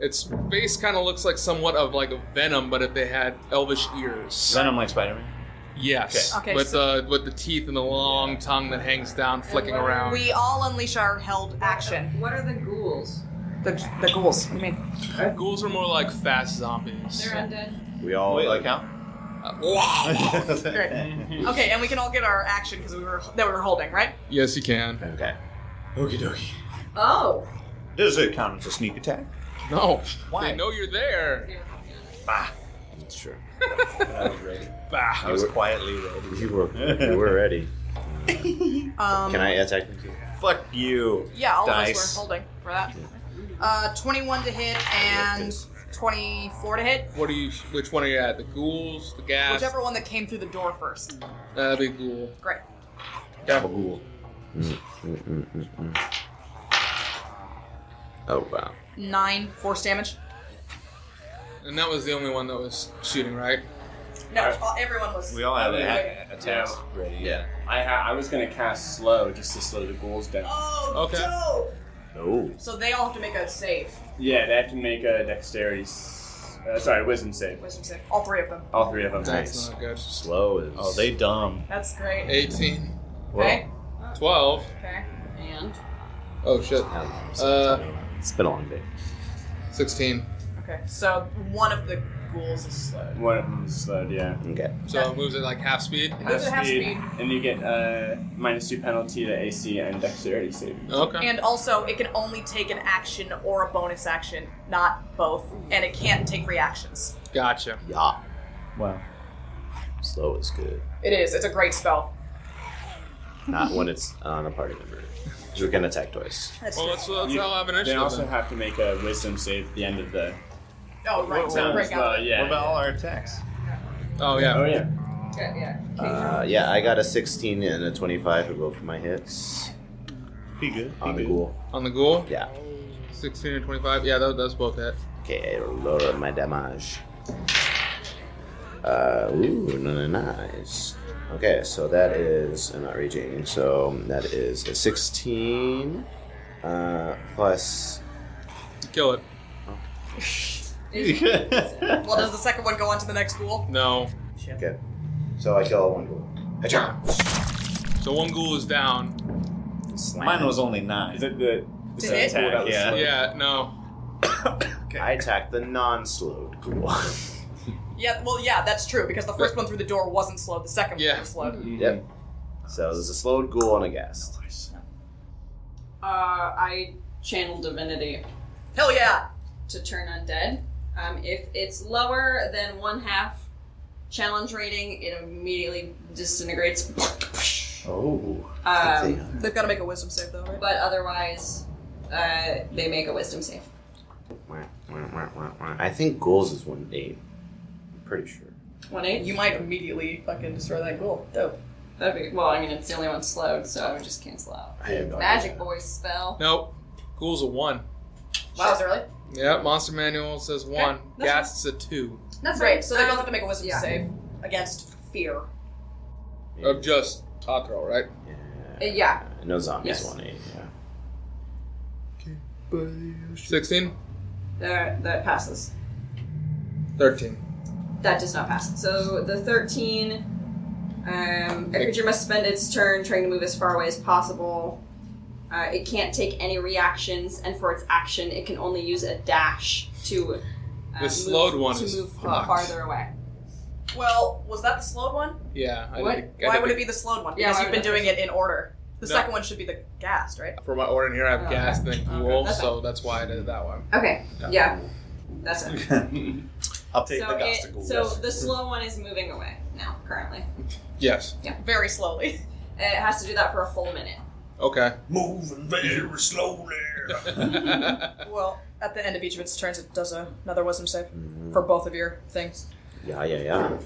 Speaker 2: Its face kind of looks like somewhat of like a venom, but if they had elvish ears.
Speaker 3: Venom like Spider Man.
Speaker 2: Yes.
Speaker 4: Okay. Okay,
Speaker 2: with
Speaker 4: so-
Speaker 2: the with the teeth and the long tongue that hangs down, flicking around.
Speaker 4: we all unleash our held action.
Speaker 6: What are the ghouls?
Speaker 4: The, the ghouls. I mean,
Speaker 2: Ghouls are more like fast zombies.
Speaker 6: They're undead.
Speaker 5: We all
Speaker 3: Wait, Oh, like how?
Speaker 2: Uh, wow.
Speaker 3: Okey
Speaker 4: okay, and we can all get our action because we were that we were holding, right?
Speaker 2: yes, you can.
Speaker 5: Okay.
Speaker 3: dokie.
Speaker 6: Oh.
Speaker 3: Does it count as a sneak attack?
Speaker 2: No.
Speaker 3: Why?
Speaker 2: They know you're there.
Speaker 3: Bah.
Speaker 5: That's true.
Speaker 3: I was ready. I
Speaker 2: Bah.
Speaker 3: was quietly ready.
Speaker 5: You were you were ready.
Speaker 4: Um,
Speaker 5: Can I attack you?
Speaker 3: Fuck you.
Speaker 4: Yeah, all of
Speaker 3: Dice.
Speaker 4: us were holding for that. Uh, 21 to hit and 24 to hit.
Speaker 2: What do you? Which one are you at? The ghouls, the gas,
Speaker 4: Whichever one that came through the door first.
Speaker 2: uh, the ghoul.
Speaker 4: Great.
Speaker 3: Gabagool.
Speaker 5: Oh wow.
Speaker 4: Nine force damage.
Speaker 2: And that was the only one that was shooting, right?
Speaker 4: No, all- everyone was.
Speaker 3: We all have
Speaker 7: Yeah.
Speaker 3: a-
Speaker 2: Oh.
Speaker 3: attacks ready.
Speaker 5: Yeah.
Speaker 7: I ha- I was gonna cast slow just to slow the ghouls down.
Speaker 4: Oh,
Speaker 2: Okay.
Speaker 4: dope.
Speaker 5: Oh.
Speaker 4: So they all have to make a save.
Speaker 7: Yeah, they have to make a dexterity. S- uh, sorry, wisdom save.
Speaker 4: Wisdom save. All three of them.
Speaker 7: All three of them.
Speaker 2: That's
Speaker 5: Nice.
Speaker 2: not good.
Speaker 5: Slow is.
Speaker 3: Oh, they dumb.
Speaker 4: That's great.
Speaker 2: 18,
Speaker 4: Okay.
Speaker 2: 12.
Speaker 4: Okay.
Speaker 6: And
Speaker 2: Oh shit.
Speaker 5: Yeah, it's-
Speaker 2: Uh,
Speaker 5: Um, it's been a long day.
Speaker 2: 16.
Speaker 4: Okay. So one of the ghouls is slowed.
Speaker 7: One of them is slowed. Yeah.
Speaker 5: Okay.
Speaker 2: So it moves at like half speed.
Speaker 4: Does it have speed?
Speaker 7: and you get uh, minus two penalty to AC and dexterity saving.
Speaker 2: Okay.
Speaker 4: And also, it can only take an action or a bonus action, not both. And it can't take reactions.
Speaker 2: Gotcha.
Speaker 5: Yeah.
Speaker 7: Wow.
Speaker 5: Slow is good.
Speaker 4: It is. It's a great spell.
Speaker 5: Not when it's on a party member. 'Cause We can attack twice.
Speaker 4: That's
Speaker 2: Well, uh,
Speaker 4: true.
Speaker 2: let's, let's
Speaker 7: You-
Speaker 2: all have an
Speaker 7: They
Speaker 2: initiative.
Speaker 7: also
Speaker 2: then.
Speaker 7: have to make a wisdom save at the end of the.
Speaker 4: Oh, right.
Speaker 3: Well,
Speaker 4: So break out.
Speaker 7: Uh, yeah.
Speaker 3: What about all our attacks?
Speaker 2: Oh
Speaker 7: Oh
Speaker 2: yeah.
Speaker 7: yeah.
Speaker 6: yeah, yeah.
Speaker 5: Uh, yeah, I got a 16 and a 25 for both of my hits
Speaker 3: Be good.
Speaker 5: on
Speaker 3: be
Speaker 5: the
Speaker 3: good.
Speaker 5: ghoul.
Speaker 2: On the ghoul.
Speaker 5: Yeah.
Speaker 2: 16 and 25. Yeah, that, that's both it.
Speaker 5: Okay, I lower my damage. Uh, ooh, no, no, nice. Okay, so that is I'm not raging. So that is a 16 uh, plus.
Speaker 2: Kill it.
Speaker 4: Well, does the second one go on to the next ghoul?
Speaker 2: No.
Speaker 5: Okay, so I kill one ghoul.
Speaker 2: So one ghoul is down.
Speaker 5: Slam.
Speaker 3: Mine was only
Speaker 7: Is
Speaker 3: nine.
Speaker 7: it the? the
Speaker 4: To
Speaker 7: same
Speaker 4: hit?
Speaker 7: pool that was
Speaker 3: Yeah.
Speaker 7: slowed?
Speaker 2: Yeah. No.
Speaker 5: I attack the non-slowed ghoul.
Speaker 3: Mm-hmm.
Speaker 4: Yeah, well, yeah, that's true, because the first one through the door wasn't slowed, the second
Speaker 2: Yeah.
Speaker 4: one was slowed.
Speaker 5: yep. So there's a slowed ghoul and a ghast.
Speaker 6: Uh, I channel divinity
Speaker 4: Hell yeah!
Speaker 6: to turn undead. Um, if it's lower than one half challenge rating, it immediately disintegrates.
Speaker 5: Oh.
Speaker 6: Um,
Speaker 4: They've got to make a wisdom save, though, right?
Speaker 6: but otherwise, uh, they make a wisdom save.
Speaker 5: I think ghouls is one eight. I'm pretty sure.
Speaker 6: One eight.
Speaker 4: You might immediately fucking destroy that ghoul. Dope.
Speaker 6: That'd be well. I mean, it's the only one slowed, so I would just cancel out.
Speaker 5: I have no
Speaker 6: Magic
Speaker 5: idea.
Speaker 6: boy spell.
Speaker 2: Nope. Ghoul's a one.
Speaker 4: Wow, really?
Speaker 2: Yeah. Monster manual says one.
Speaker 6: that's
Speaker 2: Ghast's a two.
Speaker 6: That's
Speaker 4: Great, so they both
Speaker 6: um,
Speaker 4: have to make a wisdom
Speaker 6: yeah.
Speaker 4: save against fear.
Speaker 2: Of just hot throw, right?
Speaker 6: Uh, yeah.
Speaker 5: No zombies
Speaker 6: Yes.
Speaker 5: one eight. Yeah.
Speaker 2: 16.
Speaker 6: There, that passes.
Speaker 2: 13.
Speaker 6: That does not pass. So the 13, um, a creature must spend its turn trying to move as far away as possible. Uh, it can't take any reactions, and for its action, it can only use a dash to. Uh,
Speaker 2: The slowed
Speaker 6: move,
Speaker 2: one
Speaker 6: to
Speaker 2: is
Speaker 6: move
Speaker 2: fucked.
Speaker 6: farther away.
Speaker 4: Well, was that the slowed one?
Speaker 2: Yeah. I
Speaker 6: What?
Speaker 2: did I
Speaker 4: Why
Speaker 2: did
Speaker 4: would
Speaker 2: the-
Speaker 4: it be the slowed one?
Speaker 6: Yeah,
Speaker 4: Because
Speaker 6: why
Speaker 4: you've
Speaker 6: would
Speaker 4: been
Speaker 6: it-
Speaker 4: doing it in order. The
Speaker 2: No.
Speaker 4: second one should be the ghast, right?
Speaker 2: For my order in here, I have
Speaker 6: Oh,
Speaker 2: gas and then
Speaker 6: okay.
Speaker 2: cool,
Speaker 6: Okay, that's
Speaker 2: so that's why I did that one.
Speaker 6: Okay.
Speaker 2: Yeah.
Speaker 6: Yeah. That's it.
Speaker 3: I'll take
Speaker 6: so,
Speaker 3: the
Speaker 6: it,
Speaker 3: gosticle.
Speaker 6: so the slow one is moving away now, currently.
Speaker 2: Yes.
Speaker 4: Very slowly.
Speaker 6: It has to do that for a full minute.
Speaker 2: Okay.
Speaker 3: moving very slowly.
Speaker 4: Well, at the end of each of its turns, it does a, another wisdom save for both of your things.
Speaker 5: Mm-hmm. Yeah, yeah, yeah.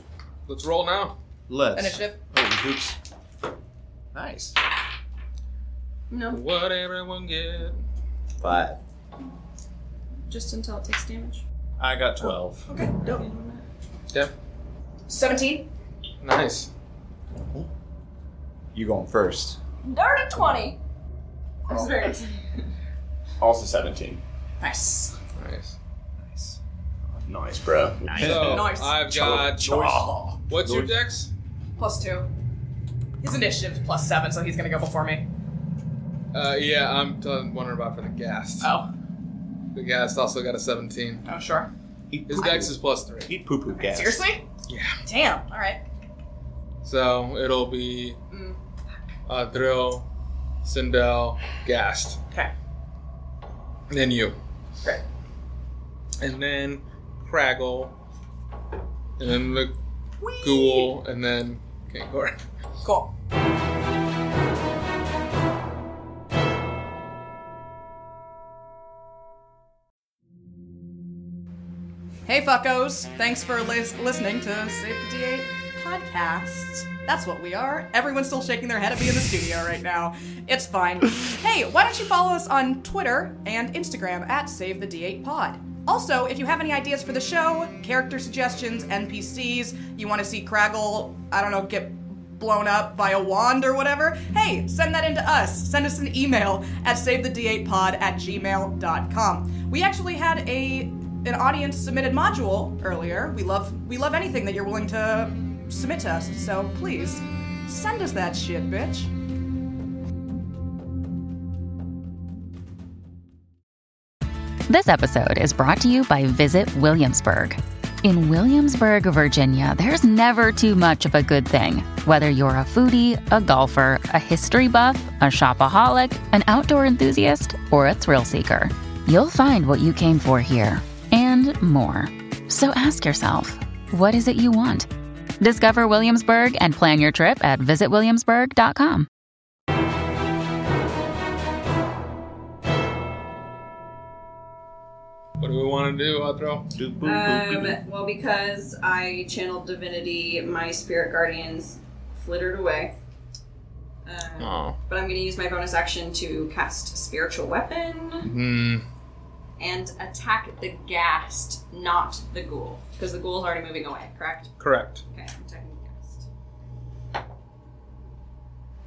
Speaker 2: Let's roll now.
Speaker 3: Let's.
Speaker 4: Initiative.
Speaker 3: Oh, oops. Nice.
Speaker 6: No,
Speaker 2: What everyone get?
Speaker 5: Five.
Speaker 6: just until it takes damage.
Speaker 3: I got 12.
Speaker 4: Okay. Dope.
Speaker 2: Yep.
Speaker 4: Seventeen.
Speaker 2: Nice.
Speaker 3: You going first.
Speaker 6: Dirty 20! I'm sorry.
Speaker 7: Also 17.
Speaker 4: Nice.
Speaker 2: Nice.
Speaker 3: Nice.
Speaker 7: Nice, bro.
Speaker 2: So uh,
Speaker 4: Nice.
Speaker 2: I've got.
Speaker 3: Choice.
Speaker 2: What's your dex?
Speaker 4: Plus two. His initiative's plus seven, so he's gonna go before me.
Speaker 2: Uh, yeah, I'm t- wondering about for the gas.
Speaker 4: Oh.
Speaker 2: The gas also got a 17.
Speaker 4: Oh, sure.
Speaker 2: His dex is plus three.
Speaker 3: Eat poo poo gas.
Speaker 4: Seriously?
Speaker 2: Yeah.
Speaker 4: Damn. All right.
Speaker 2: So it'll be
Speaker 4: Mm.
Speaker 2: uh, Drill, Sindel, Gast,
Speaker 4: Okay.
Speaker 2: and then you.
Speaker 4: Great.
Speaker 2: And then Craggle, and then the Ghoul, and then Kankor.
Speaker 4: Cool. Hey, fuckos. Thanks for lis- listening to Save the D8 podcast. That's what we are. Everyone's still shaking their head at me in the studio right now. It's fine. hey, why don't you follow us on Twitter and Instagram at Save the D8 Pod? Also, if you have any ideas for the show, character suggestions, NPCs, you want to see Craggle, I don't know, get blown up by a wand or whatever, hey, send that in to us. Send us an email at savethed8pod at gmail.com. We actually had a an audience submitted module earlier. We love we love anything that you're willing to submit to us, so please send us that shit, bitch.
Speaker 8: This episode is brought to you by Visit Williamsburg. In Williamsburg, Virginia, there's never too much of a good thing. Whether you're a foodie, a golfer, a history buff, a shopaholic, an outdoor enthusiast, or a thrill seeker, you'll find what you came for here and more. So ask yourself, what is it you want? Discover Williamsburg and plan your trip at visitwilliamsburg.com.
Speaker 2: What do we want to do, uh, Athro?
Speaker 3: Do boo boo boo.
Speaker 6: Um, well, because I channeled divinity, my spirit guardians flittered away. Uh,
Speaker 2: Oh.
Speaker 6: but I'm going to use my bonus action to cast spiritual weapon
Speaker 2: Hmm.
Speaker 6: and attack the ghast, not the ghoul, because the ghoul's already moving away. Correct?
Speaker 2: Correct.
Speaker 6: Okay, I'm attacking the ghast.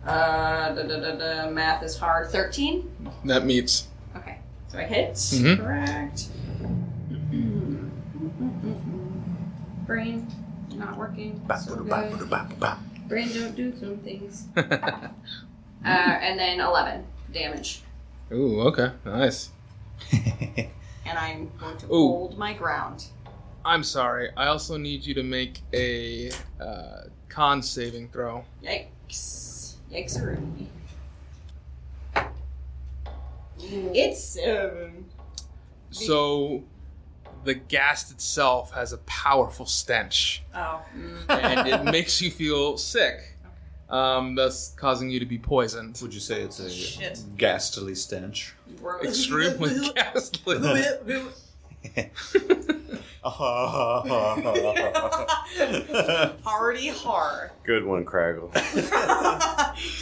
Speaker 6: Uh, da, da, da, da, math is hard. Thirteen.
Speaker 2: That meets.
Speaker 6: Okay, so I hit.
Speaker 2: Mhm.
Speaker 6: Correct. Brain not working. So good. Brain don't do some things. Uh, and then eleven damage,
Speaker 2: Ooh, okay. Nice.
Speaker 6: and I'm going to
Speaker 2: Ooh.
Speaker 6: hold my ground.
Speaker 2: I'm sorry. I also need you to make a uh, con saving throw.
Speaker 6: Yikes! Yikes! It's seven.
Speaker 2: So the gas itself has a powerful stench
Speaker 4: Oh.
Speaker 6: mm,
Speaker 2: and it makes you feel sick, um, thus causing you to be poisoned.
Speaker 3: Would you say it's a
Speaker 4: Shit.
Speaker 3: ghastly stench?
Speaker 6: Gross.
Speaker 2: Extremely ghastly.
Speaker 4: Hardy har.
Speaker 5: Good one, Craggle.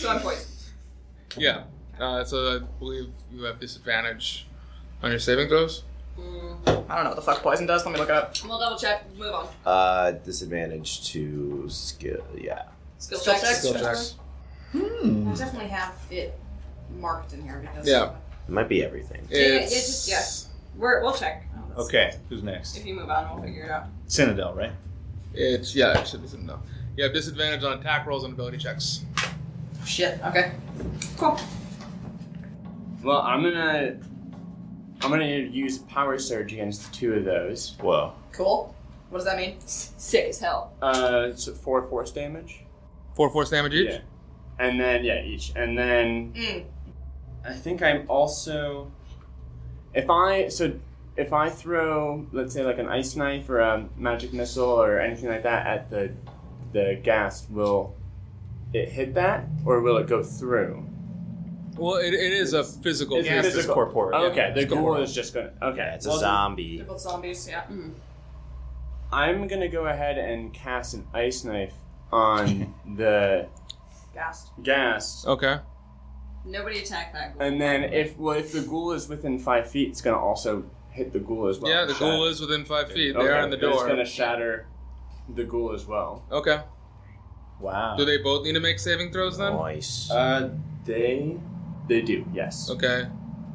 Speaker 6: So I'm poisoned.
Speaker 2: Yeah. Uh, so I believe you have disadvantage on your saving throws.
Speaker 4: I don't know what the fuck poison does. Let me look it up.
Speaker 6: We'll double check. Move on.
Speaker 5: Uh, disadvantage to skill. Yeah.
Speaker 6: Skill
Speaker 4: Skill
Speaker 6: check.
Speaker 4: checks.
Speaker 2: Skill checks.
Speaker 4: I definitely have it marked in here because
Speaker 2: Hmm. Yeah.
Speaker 5: It might be everything.
Speaker 6: yeah, just- We're, we'll check.
Speaker 3: okay, who's next?
Speaker 6: If you move on, we'll figure it out.
Speaker 3: Cynadel, right?
Speaker 2: It's yeah. Actually, doesn't know. You have disadvantage on attack rolls and ability checks.
Speaker 4: Shit. Okay.
Speaker 6: Cool.
Speaker 7: Well, I'm gonna. I'm gonna use Power Surge against two of those.
Speaker 3: Well,
Speaker 4: Cool. What does that mean?
Speaker 6: Sick as hell.
Speaker 7: Uh, so four force damage.
Speaker 2: Four force damage each.
Speaker 7: and then yeah, each, and then
Speaker 4: Mm.
Speaker 7: I think I'm also if I so if I throw let's say like an ice knife or a magic missile or anything like that at the the gas, will it hit that or will it go through?
Speaker 2: Well, it, it is a physical.
Speaker 7: It's
Speaker 2: thing.
Speaker 3: This is
Speaker 7: physical.
Speaker 3: corporeal.
Speaker 7: okay, the
Speaker 2: it's
Speaker 7: ghoul
Speaker 2: corporeal.
Speaker 7: is just gonna okay.
Speaker 5: It's a
Speaker 7: well,
Speaker 5: zombie.
Speaker 4: Difficult zombies, yeah.
Speaker 7: I'm gonna go ahead and cast an ice knife on the
Speaker 4: Gassed.
Speaker 7: gas.
Speaker 2: Okay.
Speaker 6: Nobody attack that ghoul.
Speaker 7: And then if well, if the ghoul is within five feet, it's gonna also hit the ghoul as well.
Speaker 2: yeah, the
Speaker 7: Shatter.
Speaker 2: ghoul is within five feet. They
Speaker 7: Okay,
Speaker 2: are in the
Speaker 7: and It's
Speaker 2: door.
Speaker 7: gonna shatter the ghoul as well.
Speaker 2: Okay.
Speaker 3: Wow.
Speaker 2: Do they both need to make saving throws then?
Speaker 5: Nice.
Speaker 7: Uh, they they do yes.
Speaker 2: Okay.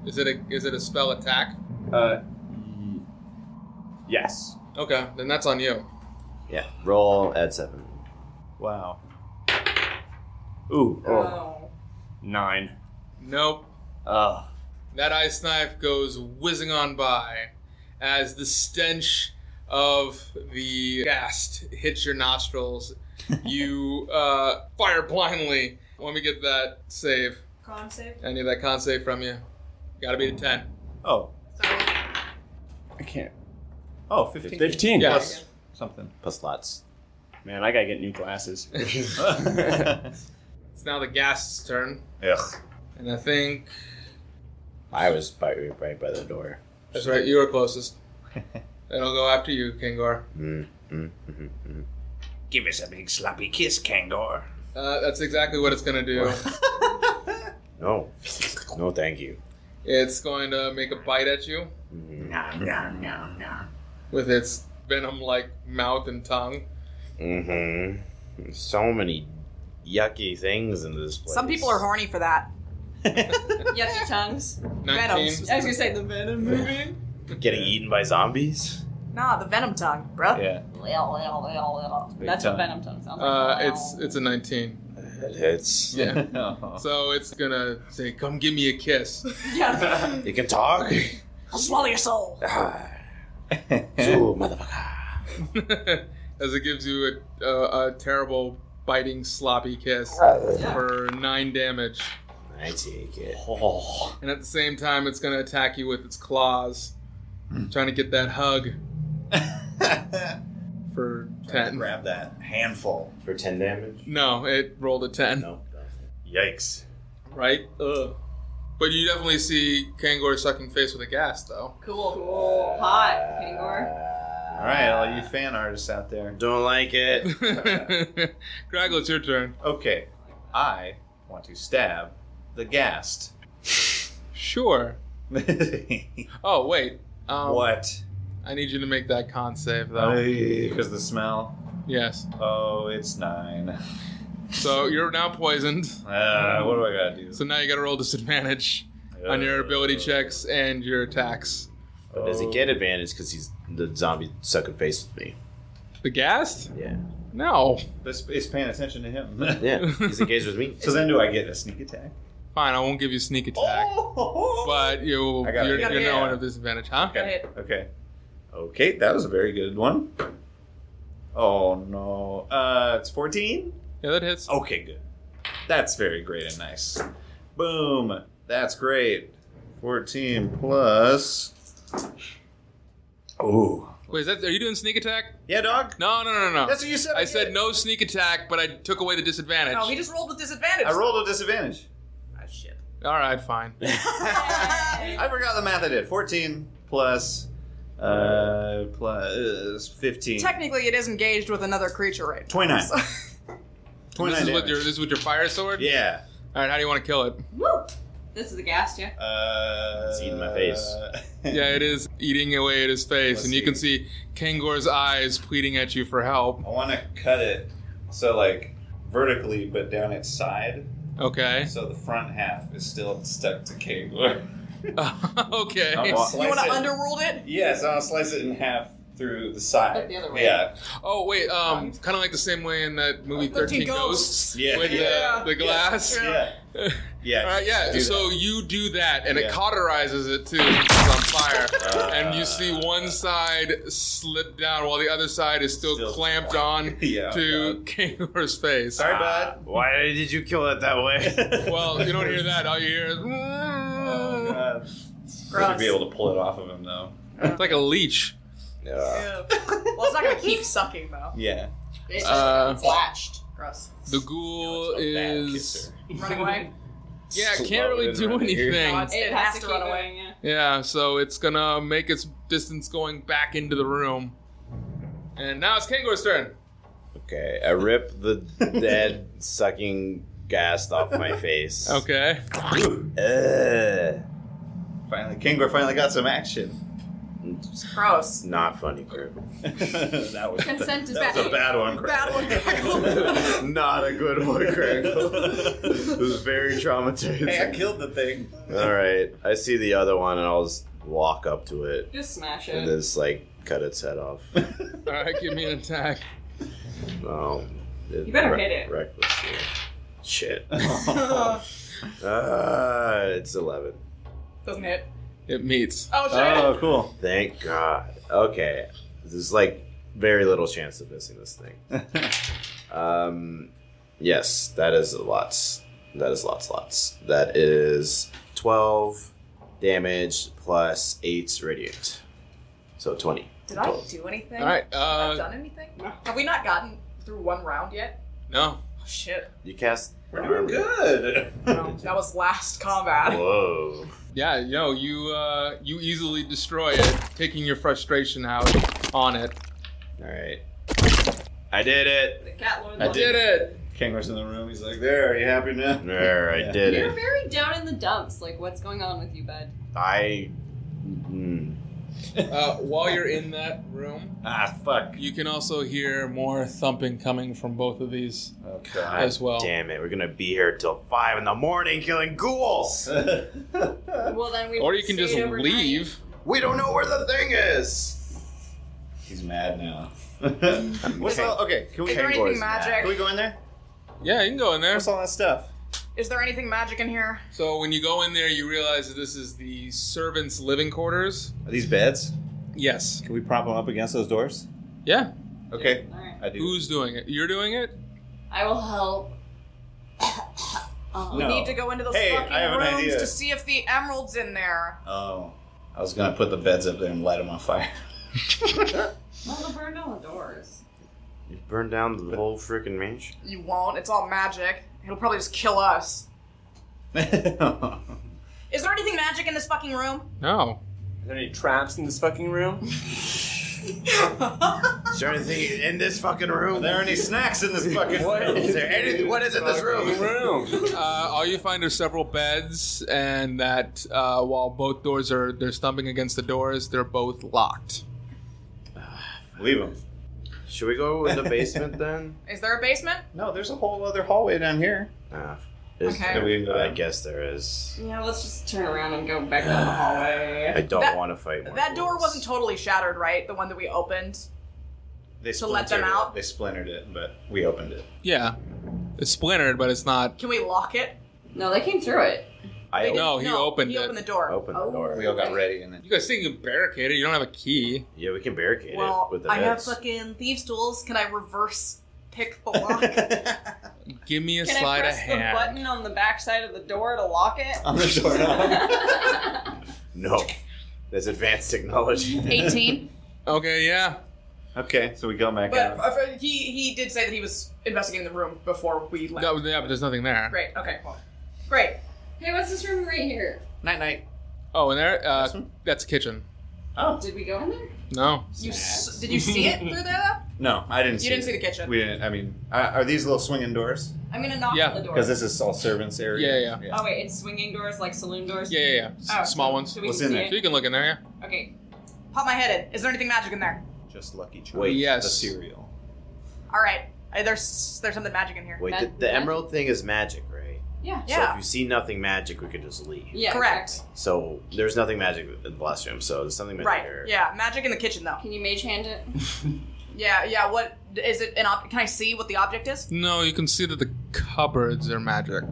Speaker 2: Is it a is it a spell attack?
Speaker 7: Uh, y- yes.
Speaker 2: Okay, then that's on you.
Speaker 5: yeah. Roll at seven.
Speaker 3: Wow.
Speaker 7: Ooh, oh,
Speaker 4: Oh.
Speaker 7: nine. Uh,
Speaker 2: Nope.
Speaker 7: Ugh.
Speaker 2: That ice knife goes whizzing on by as the stench of the gas hits your nostrils. you uh, fire blindly. Let me get that save.
Speaker 4: Con save?
Speaker 2: I need that con save from you. Gotta be a 10.
Speaker 3: Oh.
Speaker 4: So,
Speaker 7: I can't.
Speaker 3: Oh, 15.
Speaker 7: Fifteen.
Speaker 2: Yes.
Speaker 3: Something.
Speaker 5: Plus lots.
Speaker 7: Man, I gotta get new glasses.
Speaker 3: Ugh.
Speaker 2: It's now the gas's turn. And I think.
Speaker 5: I was by, right by the door.
Speaker 2: That's right, you were closest. It'll go after you, Kangor.
Speaker 5: Mm, mm, mm, mm.
Speaker 3: Give us a big sloppy kiss, Kangor.
Speaker 2: Uh, that's exactly what it's gonna do.
Speaker 5: No. No, thank you. Mm-hmm.
Speaker 2: it's going to make a bite at you
Speaker 3: Nom, nom, nom, nom.
Speaker 2: with its venom like mouth and tongue.
Speaker 5: Mm-hmm. So many yucky things in this place.
Speaker 4: some people are horny for that.
Speaker 6: Yucky tongues.
Speaker 2: 19.
Speaker 6: I was gonna say the venom movie.
Speaker 5: Getting eaten by zombies?
Speaker 4: Nah, the venom tongue, bro.
Speaker 3: Yeah.
Speaker 6: That's
Speaker 3: tongue.
Speaker 6: what venom tongue sounds like.
Speaker 2: Uh, it's it's a 19.
Speaker 5: It hits.
Speaker 2: Yeah.
Speaker 3: Oh.
Speaker 2: So it's gonna say, "Come give me a kiss."
Speaker 4: yeah.
Speaker 5: You can talk?
Speaker 4: I'll swallow your soul.
Speaker 5: Ah.
Speaker 3: Eh?
Speaker 5: Zoo, motherfucker.
Speaker 2: As it gives you a, uh, a, a terrible, biting, sloppy kiss for nine damage,
Speaker 5: I take it.
Speaker 3: Oh.
Speaker 2: and at the same time, it's gonna attack you with its claws, trying to get that hug for ten.
Speaker 3: Grab that handful.
Speaker 5: For 10 damage?
Speaker 2: No, it rolled a ten.
Speaker 5: No. Yikes.
Speaker 2: Right? Ugh. But you definitely see Kangor sucking face with a gas, though.
Speaker 6: cool. Cool. Hot, Kangor.
Speaker 3: All right, all you fan artists out there.
Speaker 5: Uh, Don't like it.
Speaker 2: Craggle, it's your turn.
Speaker 3: Okay, I want to stab the ghast. Um,
Speaker 2: Sure. Oh, wait. Um,
Speaker 3: what?
Speaker 2: I need you to make that con save, though.
Speaker 3: Because the smell.
Speaker 2: yes.
Speaker 3: Oh, it's nine. Uh,
Speaker 2: So you're now poisoned.
Speaker 3: what do I gotta do?
Speaker 2: So now you gotta roll disadvantage on your
Speaker 3: Uh.
Speaker 2: ability checks and your attacks.
Speaker 5: But does he get advantage because he's the zombie sucking face with me?
Speaker 2: The ghast?
Speaker 5: Yeah.
Speaker 2: No.
Speaker 3: This is paying attention to him.
Speaker 5: Yeah. He's engaged with me.
Speaker 3: So then, do I get a sneak attack?
Speaker 2: Fine, I won't give you sneak attack.
Speaker 3: Oh!
Speaker 2: But you,
Speaker 3: I got it.
Speaker 2: you're,
Speaker 3: You got
Speaker 2: you're
Speaker 4: it,
Speaker 2: now
Speaker 4: yeah.
Speaker 2: at a disadvantage, huh?
Speaker 4: Got hit.
Speaker 3: Okay. Okay, that was a very good one. Oh no. Uh, it's fourteen.
Speaker 2: Yeah, that hits.
Speaker 3: Okay, good. That's very great and nice. Boom. That's great. 14 plus. Oh.
Speaker 2: Wait, is that, are you doing sneak attack?
Speaker 3: Yeah, dog?
Speaker 2: No, no, no, no.
Speaker 3: That's what you said.
Speaker 2: I
Speaker 3: did.
Speaker 2: said no sneak attack, but I took away the disadvantage.
Speaker 4: No, he just rolled with disadvantage.
Speaker 3: I rolled a disadvantage.
Speaker 2: All right, fine.
Speaker 3: I forgot the math I did. 14 plus. Uh, plus 15.
Speaker 4: Technically, it is engaged with another creature right now.
Speaker 3: 29.
Speaker 2: this
Speaker 3: 29
Speaker 2: is with
Speaker 3: damage.
Speaker 2: your this is with your fire sword.
Speaker 3: Yeah.
Speaker 2: All right, how do you want to kill it?
Speaker 6: Woo! This is a gas, yeah?
Speaker 3: Uh,
Speaker 5: It's eating my face.
Speaker 2: Yeah, it is eating away at his face,
Speaker 3: Let's
Speaker 2: and you can see Kangor's eyes pleading at you for help.
Speaker 3: I want to cut it so, like, vertically, but down its side.
Speaker 2: Okay.
Speaker 3: So the front half is still stuck to Kegler.
Speaker 2: okay.
Speaker 3: I'm all-
Speaker 4: You want to
Speaker 3: Slice it.
Speaker 4: underworld it?
Speaker 3: Yes, I'll slice it in half through the side.
Speaker 6: But the other way.
Speaker 3: Yeah.
Speaker 2: Oh wait, um, kind of like the same way in that movie Thirteen Ghosts.
Speaker 3: Yeah.
Speaker 2: With the, the glass,
Speaker 3: Yeah. Yeah.
Speaker 2: All right, yeah.
Speaker 3: do
Speaker 2: So you do that, and
Speaker 3: Yeah. Uh.
Speaker 2: it cauterizes it too. It's on fire, and you see one side slip down while the other side is still,
Speaker 3: Still-
Speaker 2: clamped on
Speaker 3: Yeah,
Speaker 2: to Kangaroo's face.
Speaker 3: Sorry, bud.
Speaker 5: Why did you kill it that way?
Speaker 2: Well, you don't hear that. All you hear is.
Speaker 3: Oh, God. Should be able to pull it off of him though.
Speaker 2: It's like a leech.
Speaker 5: yeah.
Speaker 4: Ew. well, it's not gonna keep sucking though.
Speaker 3: Yeah.
Speaker 6: It's just
Speaker 2: Uh,
Speaker 6: latched.
Speaker 4: Gross.
Speaker 2: The ghoul
Speaker 3: It's a bad
Speaker 2: is.
Speaker 3: kisser.
Speaker 4: Run away.
Speaker 2: Yeah, it
Speaker 5: Slow
Speaker 2: can't really
Speaker 5: and
Speaker 2: do
Speaker 5: right here.
Speaker 2: anything.
Speaker 4: God. It has to run away.
Speaker 6: yeah.
Speaker 2: Yeah, so it's gonna make its distance going back into the room. And now it's Kangaroo's turn.
Speaker 5: Okay, I rip the dead sucking gas off my face.
Speaker 2: Okay.
Speaker 5: Ugh.
Speaker 3: Finally, Kingor finally got some action.
Speaker 5: It's
Speaker 4: Gross.
Speaker 5: not funny, Kurt.
Speaker 3: that was
Speaker 6: Consent is
Speaker 3: that was a bad one. Craig.
Speaker 4: Bad one.
Speaker 5: not a good one, Craig. this is very traumatizing.
Speaker 3: Hey, I killed the thing.
Speaker 5: All right, I see the other one, and I'll just walk up to it
Speaker 6: Just smash
Speaker 5: and
Speaker 6: it.
Speaker 5: just like cut its head off.
Speaker 2: Alright, give me an attack.
Speaker 5: No,
Speaker 6: You better hit it.
Speaker 5: recklessly. Shit. Uh, it's eleven.
Speaker 4: Doesn't hit.
Speaker 2: It meets.
Speaker 4: Oh shit.
Speaker 3: oh, cool.
Speaker 5: Thank God. Okay, there's like very little chance of missing this thing. um, yes, that is lots. That is lots, lots. That is twelve damage plus eight radiant, so twenty.
Speaker 4: Did I do anything?
Speaker 2: Alright,
Speaker 4: Have I
Speaker 2: uh
Speaker 4: done anything? Have we not gotten through one round yet?
Speaker 2: no.
Speaker 4: Oh, shit.
Speaker 5: You cast.
Speaker 3: We're doing good.
Speaker 4: No, that was last combat.
Speaker 5: Whoa.
Speaker 2: Yeah, no, you uh you easily destroy it, taking your frustration out on it.
Speaker 5: All right. I did it.
Speaker 6: The cat lord
Speaker 5: I
Speaker 6: loves
Speaker 5: did
Speaker 6: you.
Speaker 2: it!
Speaker 3: Kingor's in the room. He's like, "There, are you happy now?"
Speaker 5: There, I
Speaker 3: Yeah.
Speaker 5: did
Speaker 6: You're
Speaker 5: it.
Speaker 6: very down in the dumps. Like, what's going on with you, bud?
Speaker 5: I. Mm,
Speaker 2: Uh, while you're in that room,
Speaker 3: Ah, fuck.
Speaker 2: you can also hear more thumping coming from both of these
Speaker 3: Oh, God.
Speaker 2: as well.
Speaker 5: damn it. We're gonna be here till five in the morning killing ghouls.
Speaker 6: Well, then we.
Speaker 2: Or you can just
Speaker 6: stayed overnight.
Speaker 2: leave.
Speaker 5: We don't know where the thing is.
Speaker 3: He's mad now. What's all, okay? Can we,
Speaker 4: Is there
Speaker 3: can
Speaker 4: anything
Speaker 5: mad.
Speaker 3: we
Speaker 4: magic?
Speaker 3: go in there?
Speaker 2: Yeah, you can go in there.
Speaker 3: What's all that stuff?
Speaker 4: Is there anything magic in here?
Speaker 2: So when you go in there, you realize that this is the servants' living quarters.
Speaker 3: Are these beds?
Speaker 2: Yes.
Speaker 3: Can we prop them up against those doors?
Speaker 2: Yeah.
Speaker 3: Okay.
Speaker 6: All right.
Speaker 3: I do.
Speaker 2: Who's doing it? You're doing it.
Speaker 6: I will help.
Speaker 4: We
Speaker 3: No.
Speaker 4: need to go into those
Speaker 3: Hey, I have
Speaker 4: fucking
Speaker 3: an
Speaker 4: rooms
Speaker 3: idea.
Speaker 4: to see if the emerald's in there.
Speaker 5: Uh.
Speaker 3: Oh, I was gonna put the beds up there and light them on fire.
Speaker 6: Well, they'll burn all the doors.
Speaker 5: You burned down the whole freaking mansion.
Speaker 4: You won't. It's all magic. It'll probably just kill us.
Speaker 3: There's
Speaker 4: Is there anything magic in this fucking room?
Speaker 2: No.
Speaker 7: Are there any traps in this fucking room?
Speaker 5: Is there anything in this fucking room?
Speaker 3: any snacks in this fucking room.
Speaker 5: Is there anything? What is in this room?
Speaker 7: room.
Speaker 2: Uh, all you find are several beds, and that uh, while both doors are they're stumping against the doors, they're both locked.
Speaker 3: Leave them.
Speaker 5: Should we go in the basement then?
Speaker 4: Is there a basement?
Speaker 3: No, there's a whole other hallway down here.
Speaker 5: Uh, is
Speaker 4: Okay.
Speaker 5: there-
Speaker 3: We can go
Speaker 5: I
Speaker 3: down.
Speaker 5: guess there is.
Speaker 6: Yeah, let's just turn around and go back down the
Speaker 5: I
Speaker 6: hallway.
Speaker 5: don't
Speaker 4: That-
Speaker 5: want to fight more.
Speaker 4: That door
Speaker 5: ghouls.
Speaker 4: wasn't totally shattered, right? The one that we opened.
Speaker 3: They
Speaker 4: To let them
Speaker 3: splintered it.
Speaker 4: out?
Speaker 3: They splintered it, but we opened it.
Speaker 2: Yeah. It's splintered, but it's not.
Speaker 4: Can we lock it?
Speaker 6: No, they came through it.
Speaker 5: I
Speaker 2: No. he opened
Speaker 4: he
Speaker 2: it.
Speaker 4: opened the door.
Speaker 5: opened the door.
Speaker 3: We all got ready, and then
Speaker 2: You guys think you can barricade it? You don't have a key.
Speaker 5: Yeah, we can barricade
Speaker 4: Well,
Speaker 5: it with the
Speaker 4: I have
Speaker 5: beds.
Speaker 4: fucking thieves tools. Can I reverse pick the lock?
Speaker 2: Give me a
Speaker 6: Can
Speaker 2: slide
Speaker 6: I press
Speaker 2: of
Speaker 6: the
Speaker 2: hand.
Speaker 6: button on the back side of the door to lock it?
Speaker 3: on the doorknob.
Speaker 5: No, that's advanced technology.
Speaker 4: 18.
Speaker 2: Okay. Yeah.
Speaker 3: okay, so we go back
Speaker 4: But
Speaker 3: out.
Speaker 4: uh, he he did say that he was investigating the room before we left.
Speaker 2: No, yeah, but there's nothing there.
Speaker 4: Great. Okay. Well, great.
Speaker 6: hey, what's this room right here?
Speaker 3: Night, night.
Speaker 2: Oh, and there. Uh,
Speaker 3: This one?
Speaker 2: that's a kitchen.
Speaker 6: Did we go in there?
Speaker 2: No.
Speaker 4: You s- did you see it through there?
Speaker 3: No, I didn't.
Speaker 4: though?
Speaker 3: see
Speaker 4: You didn't see the
Speaker 3: it.
Speaker 4: kitchen.
Speaker 3: We didn't. I mean, uh, are these little swinging doors?
Speaker 6: I'm gonna knock
Speaker 2: Yeah,
Speaker 6: on the door.
Speaker 3: Because this is all servants area.
Speaker 2: Yeah, yeah,
Speaker 6: Oh
Speaker 4: Um,
Speaker 6: wait, it's swinging doors like saloon doors.
Speaker 2: Yeah, yeah, yeah. S-
Speaker 6: Oh,
Speaker 2: Small
Speaker 6: so-
Speaker 2: ones.
Speaker 6: So we
Speaker 3: What's
Speaker 6: can
Speaker 3: in
Speaker 6: see
Speaker 3: there?
Speaker 2: So you
Speaker 6: it.
Speaker 2: can look in there. Yeah.
Speaker 6: Okay.
Speaker 4: Pop my head in. Is there anything magic in there?
Speaker 3: Just Lucky Charms.
Speaker 5: Wait,
Speaker 2: yes.
Speaker 3: the cereal.
Speaker 4: All right. Uh, There's there's something magic in here.
Speaker 5: Wait, the,
Speaker 6: Mag-
Speaker 5: the emerald thing is magic, right?
Speaker 6: Yeah.
Speaker 5: So if
Speaker 4: Yeah.
Speaker 5: you see nothing magic, we could just leave.
Speaker 6: Yeah.
Speaker 4: Correct.
Speaker 6: exactly.
Speaker 5: So there's nothing magic in the last room. So there's something magic
Speaker 4: Right.
Speaker 5: here.
Speaker 4: Yeah. Magic in the kitchen though.
Speaker 6: Can you mage hand it?
Speaker 4: Yeah. Yeah. What is it? An ob- Can I see what the object is?
Speaker 2: No, you can see that the cupboards are magic.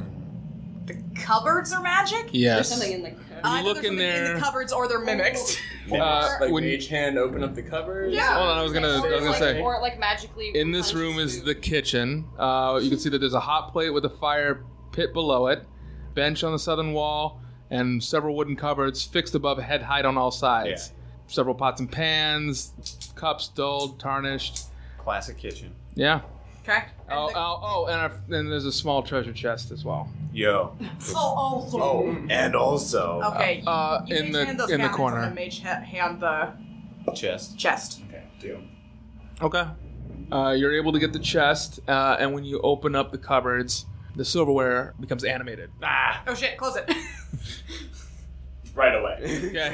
Speaker 4: The cupboards are magic?
Speaker 6: There's
Speaker 2: Yes.
Speaker 6: something in the code.
Speaker 2: Uh,
Speaker 4: Either
Speaker 2: look
Speaker 4: there's
Speaker 2: in
Speaker 4: something in
Speaker 2: there.
Speaker 4: the cupboards or they're mimicked.
Speaker 2: Uh,
Speaker 7: like
Speaker 2: when-
Speaker 7: mage hand open up the covers.
Speaker 4: Yeah.
Speaker 2: Hold on, I was gonna, I was
Speaker 6: or,
Speaker 2: gonna
Speaker 6: like,
Speaker 2: say.
Speaker 6: or like magically.
Speaker 2: In this
Speaker 6: punches
Speaker 2: room is
Speaker 6: food.
Speaker 2: the kitchen. Uh, you can see that there's a hot plate with a fire pit below it, bench on the southern wall, and several wooden cupboards fixed above head height on all sides. Several pots and pans, cups dulled, tarnished.
Speaker 3: Classic kitchen.
Speaker 2: Yeah.
Speaker 4: Okay. And
Speaker 2: Oh,
Speaker 4: the-
Speaker 2: oh, oh, and, I, and there's a small treasure chest as well.
Speaker 3: Yo.
Speaker 4: oh, also.
Speaker 3: and also
Speaker 4: Okay.
Speaker 2: Uh,
Speaker 4: you
Speaker 2: in
Speaker 4: mage
Speaker 2: the-
Speaker 4: hand those
Speaker 2: in the
Speaker 4: cabinets
Speaker 2: corner.
Speaker 4: And the mage ha- hand the
Speaker 3: chest.
Speaker 4: chest.
Speaker 3: Okay, deal.
Speaker 2: Okay. Uh, you're able to get the chest, uh, and when you open up the cupboards, the silverware becomes animated.
Speaker 3: Ah,
Speaker 4: Oh shit! Close it.
Speaker 7: Right away.
Speaker 2: Okay.
Speaker 3: yes,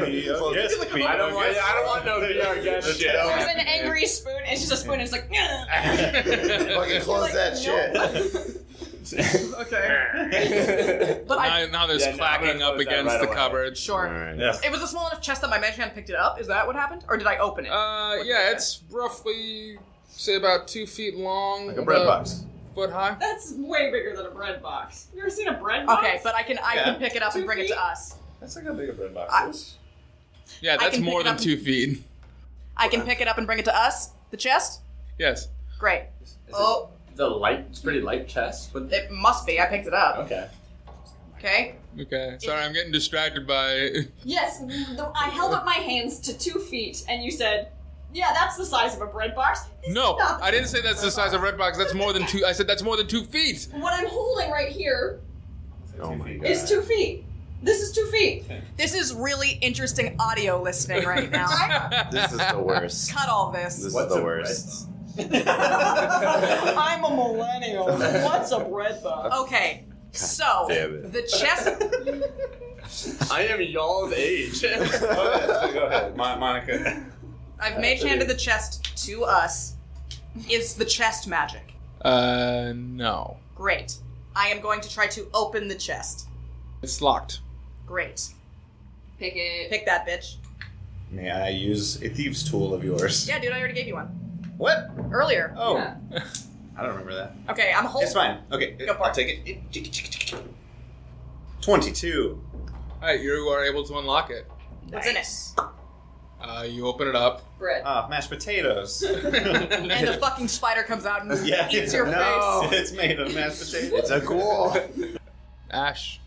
Speaker 3: please.
Speaker 7: I don't want. I don't want no VR guest.
Speaker 3: Shit.
Speaker 6: There's an angry spoon. It's just a spoon. It's like. "Nyeh."
Speaker 3: Fucking close that shit.
Speaker 7: okay.
Speaker 4: But I
Speaker 2: now, now there's
Speaker 7: Yeah, no, I'm
Speaker 2: clacking
Speaker 7: gonna
Speaker 2: up
Speaker 7: close that
Speaker 2: against
Speaker 7: right
Speaker 2: the
Speaker 7: away.
Speaker 2: cupboards.
Speaker 4: sure.
Speaker 5: Alright.
Speaker 3: yeah.
Speaker 4: It was a small enough chest that my mage hand picked it up. Is that what happened, or did I open it?
Speaker 2: Uh, yeah, it's roughly say about two feet long,
Speaker 3: Like a bread
Speaker 2: about
Speaker 3: box.
Speaker 2: a foot high.
Speaker 6: That's way bigger than a bread box. You ever seen a bread box?
Speaker 4: okay, but I can I
Speaker 3: Yeah.
Speaker 4: can pick it up and
Speaker 6: Two
Speaker 4: bring it
Speaker 6: feet?
Speaker 4: to us.
Speaker 3: That's like how big a bread
Speaker 4: I-
Speaker 3: box is.
Speaker 2: Yeah, that's
Speaker 4: can pick
Speaker 2: more
Speaker 4: it
Speaker 2: than
Speaker 4: up.
Speaker 2: two feet.
Speaker 4: I can pick it up and bring it to us. The chest.
Speaker 2: Yes.
Speaker 4: Great. oh,
Speaker 7: the light. It's pretty light chest, but
Speaker 4: it? must be. I picked it up.
Speaker 7: okay.
Speaker 4: Okay.
Speaker 2: Okay. Sorry, I'm getting distracted by.
Speaker 6: Yes, the, I held up my hands to two feet, and you said, "Yeah, that's the size of a bread box." This is
Speaker 2: No,
Speaker 6: not the
Speaker 2: I didn't say that's the size of red box. That's more than two. I said that's more than two feet.
Speaker 6: What I'm holding right here
Speaker 5: Oh my god.
Speaker 6: is two feet. This is two feet.
Speaker 4: This is really interesting audio listening right now.
Speaker 5: This is the worst.
Speaker 4: Cut all this.
Speaker 5: This
Speaker 7: What's
Speaker 5: is
Speaker 7: a
Speaker 5: the worst.
Speaker 6: I'm a millennial. What's a bread box?
Speaker 4: Okay. So
Speaker 5: damn it.
Speaker 4: the chest.
Speaker 7: I am y'all's age.
Speaker 3: Go ahead, go ahead. Mon- Monica.
Speaker 4: I've mage handed the chest to us. Is the chest magic?
Speaker 2: Uh, no,
Speaker 4: Great. I am going to try to open the chest.
Speaker 2: it's locked.
Speaker 4: Great.
Speaker 6: Pick it.
Speaker 4: Pick that bitch.
Speaker 3: May I use a thieves tool of yours?
Speaker 4: Yeah, dude, I already gave you one
Speaker 3: What?
Speaker 4: earlier.
Speaker 3: Oh,
Speaker 6: Yeah.
Speaker 3: I don't remember that.
Speaker 4: Okay, I'm holding.
Speaker 3: It's fine. Okay,
Speaker 4: Go for
Speaker 3: I'll
Speaker 4: it.
Speaker 3: take it. Twenty-two.
Speaker 2: All right, you are able to unlock it.
Speaker 4: What's in it?
Speaker 2: Uh, you open it up.
Speaker 6: Bread.
Speaker 3: Ah, mashed potatoes.
Speaker 4: And the fucking spider comes out and
Speaker 3: yeah,
Speaker 4: eats your
Speaker 3: no,
Speaker 4: face.
Speaker 3: it's made of mashed potatoes.
Speaker 5: It's a ghoul.
Speaker 2: Ash.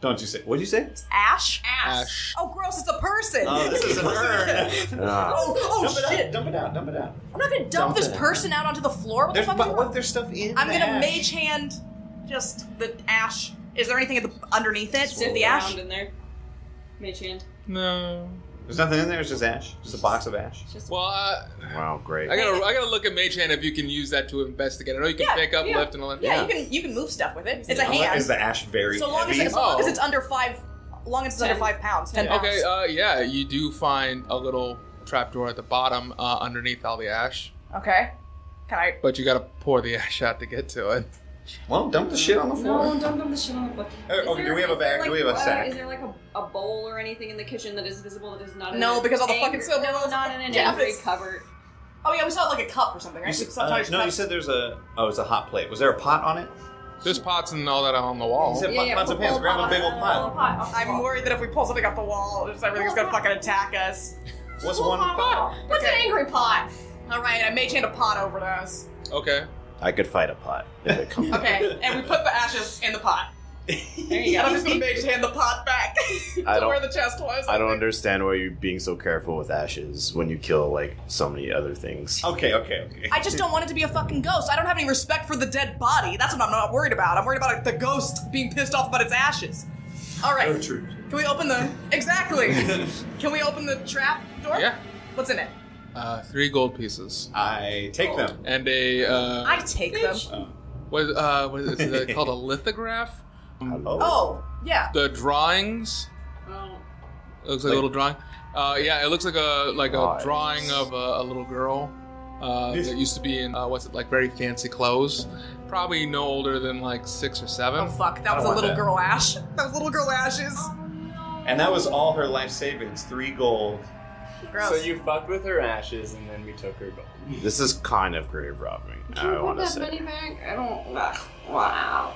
Speaker 3: Don't you say? What'd you say?
Speaker 4: Ash?
Speaker 2: Ash.
Speaker 4: Oh, gross! It's a person.
Speaker 3: Oh, this is an urn.
Speaker 5: Ah.
Speaker 4: oh, oh,
Speaker 3: dump it
Speaker 4: shit!
Speaker 3: out. Dump it out. Dump it out.
Speaker 4: I'm not gonna dump,
Speaker 5: Dump
Speaker 4: this
Speaker 5: it.
Speaker 4: person out onto the floor. What
Speaker 3: There's,
Speaker 4: the fuck? is
Speaker 3: but
Speaker 4: wrong?
Speaker 3: what? There's stuff in.
Speaker 4: I'm
Speaker 3: the
Speaker 4: gonna
Speaker 3: ash.
Speaker 4: mage hand just the ash. Is there anything at the, underneath it?
Speaker 6: Sit
Speaker 4: the ash.
Speaker 6: around in there. Mage hand.
Speaker 2: No.
Speaker 3: There's nothing in there. It's just ash. Just a box of ash.
Speaker 2: Well, uh,
Speaker 5: Wow, great.
Speaker 2: I gotta, I gotta look at Mage Hand if you can use that to investigate. I know you can
Speaker 4: Yeah,
Speaker 2: pick up,
Speaker 6: yeah,
Speaker 2: lift, and all that.
Speaker 4: Yeah, you can you can move stuff with it. It's a hand.
Speaker 3: Is the ash very
Speaker 4: so long as,
Speaker 3: heavy?
Speaker 4: it, so long as
Speaker 2: Oh.
Speaker 4: it's under five, long as it's under
Speaker 6: Ten.
Speaker 4: five pounds, ten pounds.
Speaker 2: Okay, uh, yeah, you do find a little trapdoor at the bottom uh, underneath all the ash,
Speaker 4: uh, okay. Can I?
Speaker 2: but you gotta pour the ash out to get to it.
Speaker 3: well, dump the shit on the floor.
Speaker 6: No, don't dump the shit on the floor.
Speaker 3: Uh,
Speaker 6: Is
Speaker 3: okay, do we have a
Speaker 6: is there,
Speaker 3: bag? Do we
Speaker 6: like,
Speaker 3: have a
Speaker 6: uh,
Speaker 3: sack?
Speaker 6: Is there like a, a bowl or anything in the kitchen that is visible that is not? in
Speaker 4: No,
Speaker 6: an
Speaker 4: because all the fucking
Speaker 6: angry-
Speaker 4: silver
Speaker 6: No,
Speaker 4: was-
Speaker 6: not in an
Speaker 4: Yeah,
Speaker 6: angry
Speaker 4: it's-
Speaker 6: cupboard.
Speaker 4: Oh yeah, we saw like a cup or something, right?
Speaker 3: You said-
Speaker 4: Sometimes
Speaker 3: uh, no, you
Speaker 4: cups-
Speaker 3: said there's a. Oh, it's a hot plate. Was there a pot on it?
Speaker 2: There's pots and all that on the
Speaker 3: You
Speaker 2: wall.
Speaker 3: said pot- pots and pans. Grab a big old pot.
Speaker 4: I'm worried that if we pull something off the wall, just everything's gonna fucking attack us.
Speaker 3: What's one pot?
Speaker 6: What's an angry pot?
Speaker 4: All right, I mage hand a pot over to us.
Speaker 2: Okay.
Speaker 5: I could fight a pot if it comes.
Speaker 4: Okay, and we put the ashes in the pot.
Speaker 6: There you
Speaker 4: And I'm
Speaker 6: go.
Speaker 4: just gonna mage hand the pot back to
Speaker 5: I don't-
Speaker 4: where the chest was.
Speaker 5: I don't understand why you're being so careful with ashes when you kill like so many other
Speaker 4: Oh.
Speaker 5: things.
Speaker 3: Okay, okay, okay.
Speaker 4: I just don't want it to be a fucking ghost. I don't have any respect for the dead body. That's what I'm not worried about. I'm worried about the ghost being pissed off about its ashes. All right.
Speaker 3: true.
Speaker 4: Can we open the exactly? Can we open the trap door?
Speaker 2: Yeah.
Speaker 4: What's in it?
Speaker 2: Uh, three gold pieces
Speaker 3: I take them.
Speaker 2: and a uh,
Speaker 4: I take them.
Speaker 2: what is, uh, what is it called? A lithograph.
Speaker 4: Oh yeah.
Speaker 2: The drawings. It looks like, a little drawing. Uh, yeah, it looks like a like a
Speaker 5: Nice.
Speaker 2: drawing of a, a little girl uh, that used to be in uh, what's it like very fancy clothes. Probably no older than like six or
Speaker 4: Oh
Speaker 2: seven.
Speaker 4: fuck! That
Speaker 3: I
Speaker 4: was
Speaker 3: don't
Speaker 4: a
Speaker 3: want
Speaker 4: little
Speaker 3: that.
Speaker 4: girl ash. That was little girl ashes.
Speaker 3: And that was all her life savings. Three gold.
Speaker 4: Gross.
Speaker 7: So you fucked with her ashes, and then we took her gold.
Speaker 5: This is kind of grave robbing. I want to say.
Speaker 6: back? I don't. Wow.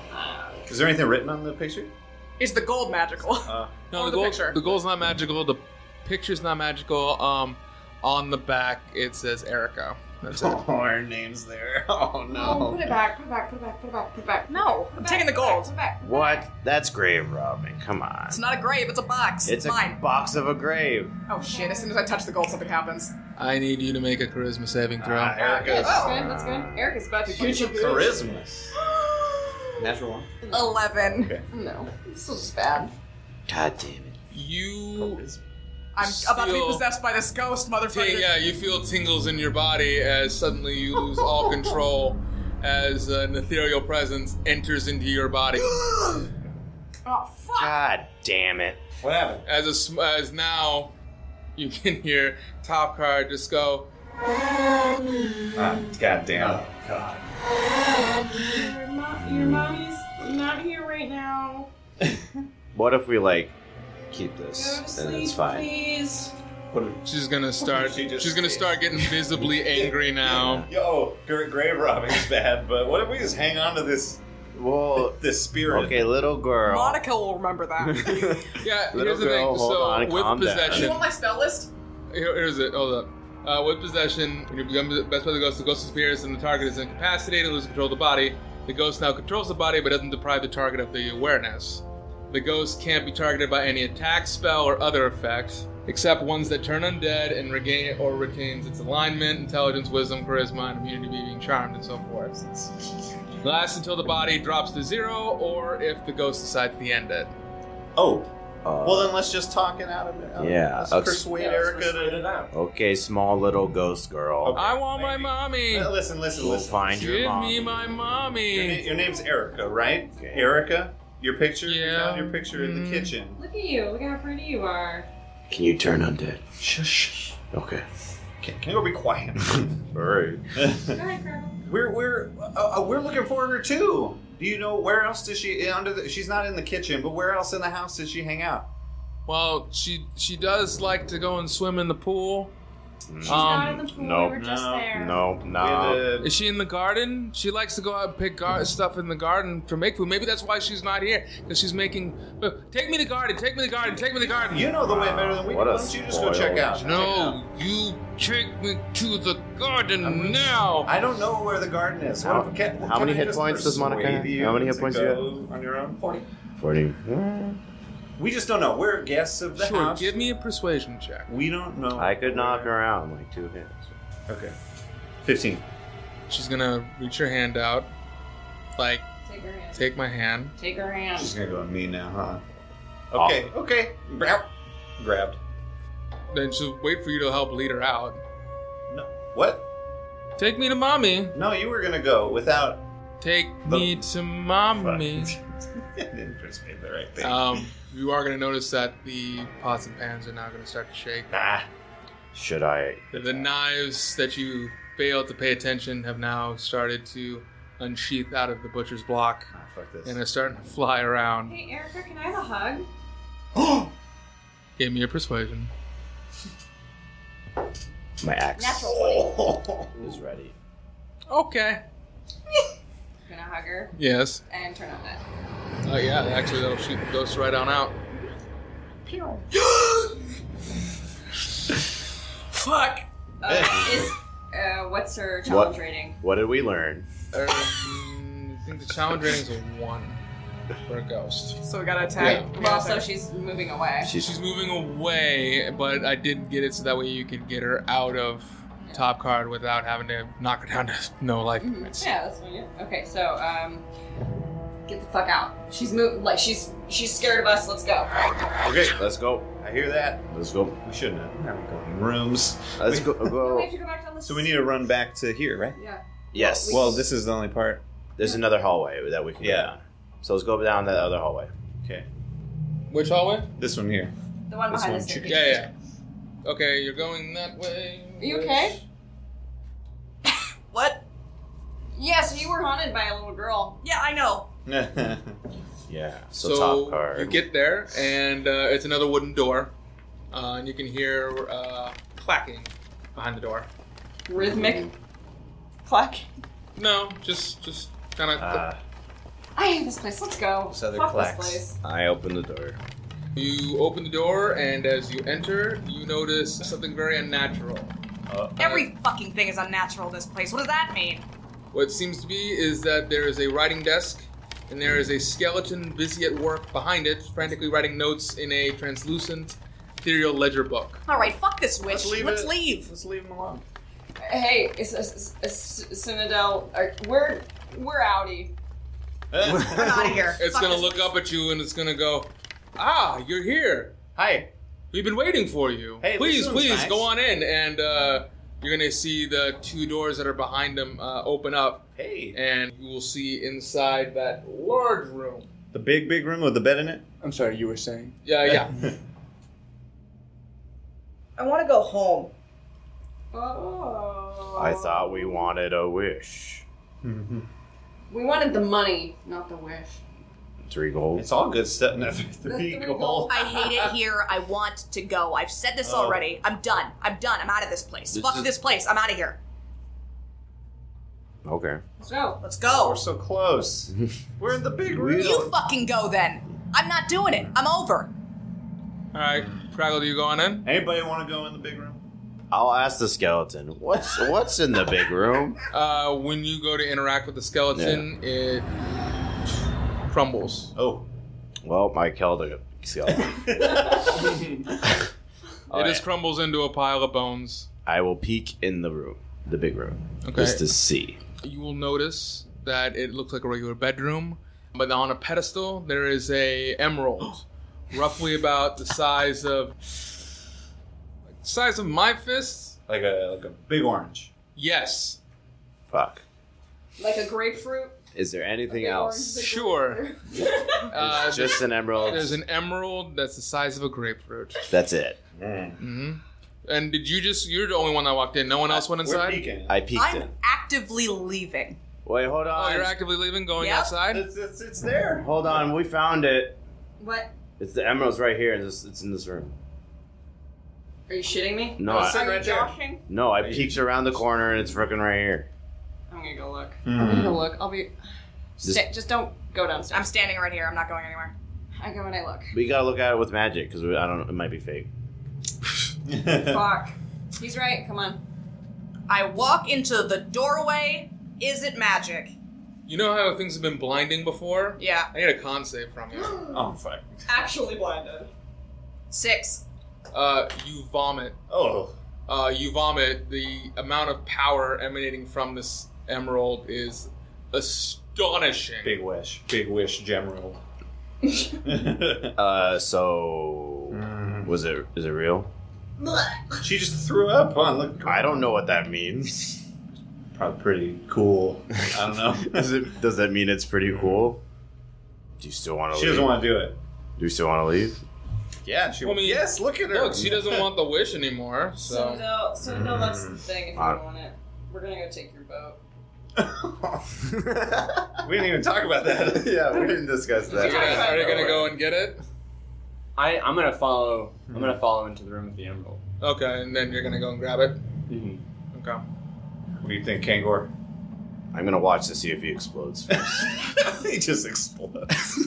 Speaker 3: Is there anything written on the picture?
Speaker 4: Is the gold magical?
Speaker 3: Uh,
Speaker 2: No,
Speaker 4: Or
Speaker 2: the
Speaker 4: the
Speaker 2: goal.
Speaker 4: picture.
Speaker 2: The goal's not magical. The picture's not magical. Um, on the back it says Erica. That's it.
Speaker 3: oh, our name's there. Oh
Speaker 6: Oh,
Speaker 3: no.
Speaker 6: put it back, put it back, put it back, put it back, put it back.
Speaker 4: no, I'm taking the gold.
Speaker 6: Put it back.
Speaker 5: What? That's grave robbing. Come on.
Speaker 4: It's not a grave. It's a box.
Speaker 5: It's a
Speaker 4: It's, mine.
Speaker 5: box of a grave.
Speaker 4: oh shit! As soon as I touch the gold, something happens.
Speaker 2: I need you to make a charisma saving throw.
Speaker 5: Ah,
Speaker 6: Yeah,
Speaker 5: Erica's.
Speaker 6: that's good, Oh, that's good. Erica's about to fucking-
Speaker 3: Charisma.
Speaker 7: Natural one.
Speaker 4: Eleven.
Speaker 6: No, this is bad.
Speaker 5: God damn it.
Speaker 2: You
Speaker 4: I'm about to be
Speaker 2: Still-
Speaker 4: possessed by this ghost, motherfucker.
Speaker 2: Ting- yeah, you feel tingles in your body as suddenly you lose all control as uh, an ethereal presence enters into your body.
Speaker 4: Oh fuck!
Speaker 5: God damn it.
Speaker 3: What happened?
Speaker 2: As a, sm- as now, you can hear Top Card just go.
Speaker 3: Ah, God damn. it. God.
Speaker 6: Your, mom, your mommy's not here right now.
Speaker 5: What if we, like, keep
Speaker 6: Go
Speaker 5: this
Speaker 6: to
Speaker 5: and it's
Speaker 6: sleep,
Speaker 5: fine?
Speaker 6: please.
Speaker 3: What a,
Speaker 2: She's gonna start.
Speaker 3: She just
Speaker 2: she's gonna
Speaker 3: did.
Speaker 2: start getting visibly angry now.
Speaker 3: yo, gra- grave robbing's bad, but what if we just hang on to this
Speaker 5: Well,
Speaker 3: this spirit?
Speaker 5: okay, little girl.
Speaker 4: Monica will remember that.
Speaker 2: Yeah,
Speaker 5: Little
Speaker 2: here's the
Speaker 5: girl,
Speaker 2: thing.
Speaker 5: hold
Speaker 2: So
Speaker 5: on,
Speaker 2: with
Speaker 5: calm down.
Speaker 4: you
Speaker 2: possession,
Speaker 4: want my spell list?
Speaker 2: Here- here's it. Hold up. Uh, with possession, when you become possessed by the ghost, the ghost disappears and the target is incapacitated, loses control of the body. The ghost now controls the body but doesn't deprive the target of the awareness. The ghost can't be targeted by any attack, spell, or other effect, except ones that turn undead and regain or retains its alignment, intelligence, wisdom, charisma, and immunity to being charmed, and so forth. Lasts until the body drops to zero, or if the ghost decides to end it.
Speaker 3: Oh,
Speaker 5: Uh,
Speaker 3: well then let's just talk it out of it.
Speaker 5: Yeah,
Speaker 3: Let's
Speaker 5: let's-
Speaker 3: persuade
Speaker 7: Yeah, let's
Speaker 3: Erica
Speaker 7: split it
Speaker 3: to.
Speaker 7: out.
Speaker 5: okay, small little ghost girl.
Speaker 3: Okay.
Speaker 2: I want my
Speaker 3: Maybe.
Speaker 2: mommy.
Speaker 3: Uh, Listen, listen,
Speaker 5: We'll
Speaker 3: listen.
Speaker 5: find your
Speaker 2: Give
Speaker 5: mom.
Speaker 2: me my
Speaker 3: Your,
Speaker 2: mommy.
Speaker 3: na- your name's Erica, right?
Speaker 5: Okay. Mm-hmm.
Speaker 3: Erica, your picture. You
Speaker 2: Yeah.
Speaker 3: found your picture in the
Speaker 2: Mhm.
Speaker 3: kitchen.
Speaker 6: Look at you. Look how pretty you are.
Speaker 5: Can you turn undead? Shush. Okay.
Speaker 3: Can you go be quiet?
Speaker 5: Alright.
Speaker 6: Go ahead, Colonel.
Speaker 3: we're we're uh, uh, we're looking for her too. Do you know where else does she eh, under the? She's not in the kitchen, but where else in the house does she hang out?
Speaker 2: Well, she she does like to go and swim in the pool.
Speaker 6: She's not in
Speaker 2: Um,
Speaker 6: the pool.
Speaker 5: nope.
Speaker 6: we were just
Speaker 3: No,
Speaker 6: there.
Speaker 5: No,
Speaker 3: In
Speaker 5: no.
Speaker 3: the-
Speaker 2: is she in the garden? She likes to go out and pick gar- stuff in the garden to make food. Maybe that's why she's not here because she's making. uh, Take me to garden. Take me to garden. Take me to garden.
Speaker 3: you know the way better than we do. Why
Speaker 5: What a
Speaker 3: don't you just go check
Speaker 5: spoiled
Speaker 3: out?
Speaker 2: no, you take me to the garden
Speaker 3: I'm-
Speaker 2: now.
Speaker 3: I don't know where the garden is.
Speaker 5: How-
Speaker 3: What if- can-
Speaker 5: how
Speaker 3: can
Speaker 5: many
Speaker 3: I
Speaker 5: hit
Speaker 3: just
Speaker 5: points does Monica
Speaker 3: persuade
Speaker 5: have?
Speaker 3: you
Speaker 5: How many hit
Speaker 3: to
Speaker 5: points do you
Speaker 3: go On your own? 40.
Speaker 5: 40. Hmm.
Speaker 3: We just don't know. We're guests of the
Speaker 2: sure,
Speaker 3: house.
Speaker 2: give me a persuasion check.
Speaker 3: We don't know.
Speaker 5: I could knock her out in like two hits.
Speaker 3: Okay. 15.
Speaker 2: She's gonna reach her hand out, like
Speaker 6: Take her hand.
Speaker 2: take my hand.
Speaker 6: Take her
Speaker 3: She's
Speaker 6: hand.
Speaker 3: gonna go on me now,
Speaker 5: Oh.
Speaker 3: huh? Okay, okay. Grab. Grabbed.
Speaker 2: Then she'll wait for you to help lead her out.
Speaker 3: No. What?
Speaker 2: Take me to mommy.
Speaker 3: No, you were gonna go without.
Speaker 2: Take
Speaker 3: The-
Speaker 2: me to mommy.
Speaker 3: I didn't persuade the right thing.
Speaker 4: Uh.
Speaker 2: Um, you are going to notice that the pots and pans are now going to start to shake.
Speaker 3: nah.
Speaker 5: Should I?
Speaker 2: The, the knives that you failed to pay attention have now started to unsheath out of the butcher's block
Speaker 3: Ah, fuck this.
Speaker 2: and are starting to fly around.
Speaker 6: Hey, Erica, can I have a hug?
Speaker 2: Give me a persuasion.
Speaker 5: My axe
Speaker 3: Oh.
Speaker 5: is ready.
Speaker 2: Okay.
Speaker 6: I'm gonna hug her
Speaker 2: Yes.
Speaker 6: and turn on that.
Speaker 2: Oh, yeah. Actually, that'll shoot the ghost right on out.
Speaker 4: Fuck!
Speaker 6: Uh, is uh, what's her challenge
Speaker 5: What?
Speaker 6: rating?
Speaker 5: What did we learn?
Speaker 2: Um, I think the challenge rating's a one for a ghost.
Speaker 4: So we gotta attack.
Speaker 2: Yeah.
Speaker 4: We
Speaker 6: Well,
Speaker 4: gotta
Speaker 6: so
Speaker 4: attack.
Speaker 6: she's moving away.
Speaker 2: She's moving away, but I did get it so that way you could get her out of top card without having to knock her down to no life points.
Speaker 6: Mm, Mm-hmm. Yeah, that's what you. Okay, so um, get the fuck out. She's moved. Like she's she's scared of us. Let's go.
Speaker 3: Okay,
Speaker 5: Let's go.
Speaker 3: I hear that.
Speaker 5: Let's go.
Speaker 3: We shouldn't have. Now we go in rooms.
Speaker 5: Let's go.
Speaker 6: We
Speaker 5: go.
Speaker 6: have to go back down this.
Speaker 3: So we need to run back to here, right?
Speaker 6: Yeah.
Speaker 5: Yes.
Speaker 3: Well, this is the only part.
Speaker 5: there's another hallway that we can
Speaker 3: Yeah.
Speaker 5: go down. So let's go down that other hallway.
Speaker 3: Okay.
Speaker 2: Which hallway?
Speaker 3: This one here.
Speaker 6: The one
Speaker 3: This
Speaker 6: behind
Speaker 3: one,
Speaker 6: this.
Speaker 3: chicken.
Speaker 2: Yeah, yeah. Okay, you're going that way.
Speaker 6: Are you okay?
Speaker 4: What?
Speaker 6: Yeah. So you were haunted by a little girl.
Speaker 4: Yeah, I know.
Speaker 3: Uh,
Speaker 5: Yeah. So,
Speaker 2: So,
Speaker 5: top card.
Speaker 2: you get there, and uh, it's another wooden door, uh, and you can hear uh, clacking behind the door.
Speaker 6: Rhythmic clack.
Speaker 2: No, just just kind of
Speaker 5: Uh,
Speaker 6: I hate this place. Let's go.
Speaker 3: This other
Speaker 6: Fuck
Speaker 3: clacks.
Speaker 6: this place.
Speaker 5: I open the door.
Speaker 2: You open the door, and as you enter, you notice something very unnatural.
Speaker 4: Every fucking thing is unnatural in this place. What does that mean?
Speaker 2: What seems to be is that there is a writing desk, and there is a skeleton busy at work behind it, frantically writing notes in a translucent, ethereal ledger book.
Speaker 4: All right, fuck this witch. Let's
Speaker 3: leave
Speaker 4: leave.
Speaker 3: it. Let's leave him alone.
Speaker 6: Hey, it's, it's, it's, it's Cynadel. are- uh, We're we're outie.
Speaker 4: We're out of here.
Speaker 2: It's
Speaker 4: Fuck
Speaker 2: gonna
Speaker 4: this
Speaker 2: look
Speaker 4: place.
Speaker 2: up at you, and it's gonna go, "Ah, you're here.
Speaker 3: Hi.
Speaker 2: We've been waiting for you.
Speaker 3: Hey, this
Speaker 2: please,
Speaker 3: one's
Speaker 2: please
Speaker 3: nice."
Speaker 2: go on in." And uh, you're gonna see the two doors that are behind them uh, open up,
Speaker 4: Eh.
Speaker 3: Hey.
Speaker 2: and you will see inside that large room.
Speaker 3: The big, big room with the bed in it?
Speaker 7: I'm sorry, you were saying.
Speaker 2: Yeah, yeah.
Speaker 4: I want to go home.
Speaker 6: Oh.
Speaker 5: I thought we wanted a wish.
Speaker 6: we wanted the money, not the wish.
Speaker 5: Three gold.
Speaker 3: It's all good stuff. No, the
Speaker 6: The
Speaker 3: big
Speaker 6: three
Speaker 3: goal.
Speaker 6: gold.
Speaker 4: I hate it here. I want to go. I've said this
Speaker 3: Oh.
Speaker 4: already. I'm done. I'm done. I'm out of this place.
Speaker 5: This
Speaker 4: fuck
Speaker 5: is-
Speaker 4: this place. I'm out of here.
Speaker 5: Okay.
Speaker 6: Let's go.
Speaker 3: We're
Speaker 4: Let's go.
Speaker 3: so close. We're in the big room.
Speaker 4: You fucking go then. I'm not doing it. I'm over.
Speaker 2: All right, Craggle, do you go on in?
Speaker 3: Anybody want to go in the big room?
Speaker 5: I'll ask the skeleton. What's what's in the big room?
Speaker 2: Uh, when you go to interact with the skeleton, it crumbles.
Speaker 3: Oh.
Speaker 5: Well, I killed a skeleton. All
Speaker 2: it
Speaker 5: right.
Speaker 2: just crumbles into a pile of bones.
Speaker 5: I will peek in the room, the big room,
Speaker 2: Okay.
Speaker 5: just to see.
Speaker 2: You will notice that it looks like a regular bedroom, but on a pedestal there is a emerald, roughly about the size of like the size of my fist.
Speaker 3: Like a like a big orange.
Speaker 2: Yes,
Speaker 5: Fuck.
Speaker 6: Like a grapefruit.
Speaker 5: Is there anything
Speaker 6: the
Speaker 5: else?
Speaker 6: orange-
Speaker 2: sure. Uh,
Speaker 5: It's just an emerald.
Speaker 2: there's an emerald that's the size of a grapefruit.
Speaker 5: That's it.
Speaker 2: And did you just? You're the only one that walked in. No one else went
Speaker 3: We're
Speaker 2: inside.
Speaker 3: peeking.
Speaker 5: I peeked in.
Speaker 4: I'm actively leaving.
Speaker 5: Wait, hold
Speaker 2: Oh,
Speaker 5: on.
Speaker 2: you're actively leaving, going
Speaker 4: Yep.
Speaker 2: outside.
Speaker 3: It's, it's, it's there.
Speaker 5: hold on. We found it.
Speaker 6: What?
Speaker 5: It's the emerald's right here. and It's, it's in this room.
Speaker 6: Are you shitting me?
Speaker 5: No,
Speaker 3: It's
Speaker 5: I,
Speaker 3: sitting right there.
Speaker 6: Joshing?
Speaker 5: no. I peeked around the corner and it's freaking right here.
Speaker 6: I'm gonna go look. I'm gonna go look. I'll be.
Speaker 5: Just-
Speaker 6: Stay- just don't go downstairs.
Speaker 4: I'm standing right here. I'm not going anywhere.
Speaker 6: I go and I look.
Speaker 5: We gotta look at it with magic because I don't. It might be fake.
Speaker 6: Fuck. He's right. Come on.
Speaker 4: I walk into the doorway. Is it magic?
Speaker 2: You know how things have been blinding before?
Speaker 4: Yeah.
Speaker 2: I need a con save from you.
Speaker 3: oh fuck.
Speaker 6: Actually blinded.
Speaker 4: Six.
Speaker 2: Uh, you vomit.
Speaker 3: Oh.
Speaker 2: Uh, you vomit. The amount of power emanating from this emerald is astonishing.
Speaker 3: Big wish. Big wish, Gemerald.
Speaker 5: Uh, so
Speaker 3: Mm.
Speaker 5: was it? Is it real?
Speaker 3: she just threw up on look.
Speaker 5: I don't know what that means.
Speaker 3: Probably pretty cool. I don't know.
Speaker 5: Does it? Does that mean it's pretty cool? Do you still want to?
Speaker 3: she
Speaker 5: leave?
Speaker 3: doesn't want to do it.
Speaker 5: Do you still want to leave?
Speaker 3: Yeah, she.
Speaker 2: I mean,
Speaker 3: yes, look at her.
Speaker 2: Look, she doesn't want the wish anymore.
Speaker 6: So
Speaker 2: So
Speaker 6: no, so no. That's the thing. If you
Speaker 5: I-
Speaker 6: don't want it, we're gonna go take your boat.
Speaker 3: we didn't even talk about that.
Speaker 5: yeah, we didn't discuss
Speaker 2: are you gonna, are you gonna go and get it?
Speaker 7: I I'm gonna follow. I'm gonna follow into the room with the emerald.
Speaker 2: Okay, and then you're gonna go and grab it.
Speaker 7: Mm-hmm.
Speaker 2: Okay.
Speaker 3: What do you think, Kangor?
Speaker 5: I'm gonna watch to see if he explodes.
Speaker 3: he just explodes.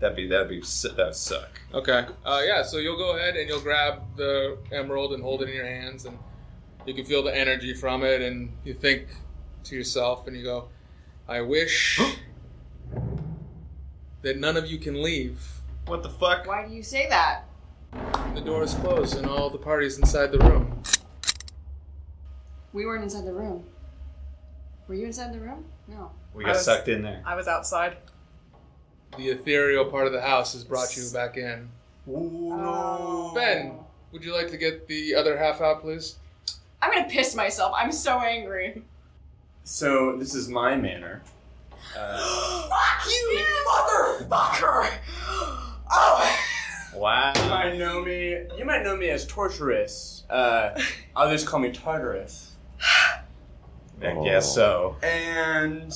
Speaker 3: that'd be that'd be su- that'd suck.
Speaker 2: Okay. Uh, yeah. So you'll go ahead and you'll grab the emerald and hold it in your hands, and you can feel the energy from it, and you think to yourself, and you go, "I wish that none of you can leave."
Speaker 3: What the fuck?
Speaker 6: Why do you say that?
Speaker 2: The door is closed, and all the parties inside the room.
Speaker 6: We weren't inside the room. Were you inside the room? No.
Speaker 3: We
Speaker 4: I
Speaker 3: got
Speaker 4: was-
Speaker 3: sucked in there.
Speaker 4: I was outside.
Speaker 2: The ethereal part of the house has brought you back in.
Speaker 6: um,
Speaker 2: Ben, would you like to get the other half out, please?
Speaker 6: I'm gonna piss myself. I'm so angry.
Speaker 7: So this is my manor. Uh,
Speaker 4: Fuck you, motherfucker! Oh!
Speaker 7: You
Speaker 3: Wow.
Speaker 7: might know me. You might know me as Torturous. Uh, others call me Tartarus.
Speaker 3: I guess so.
Speaker 7: And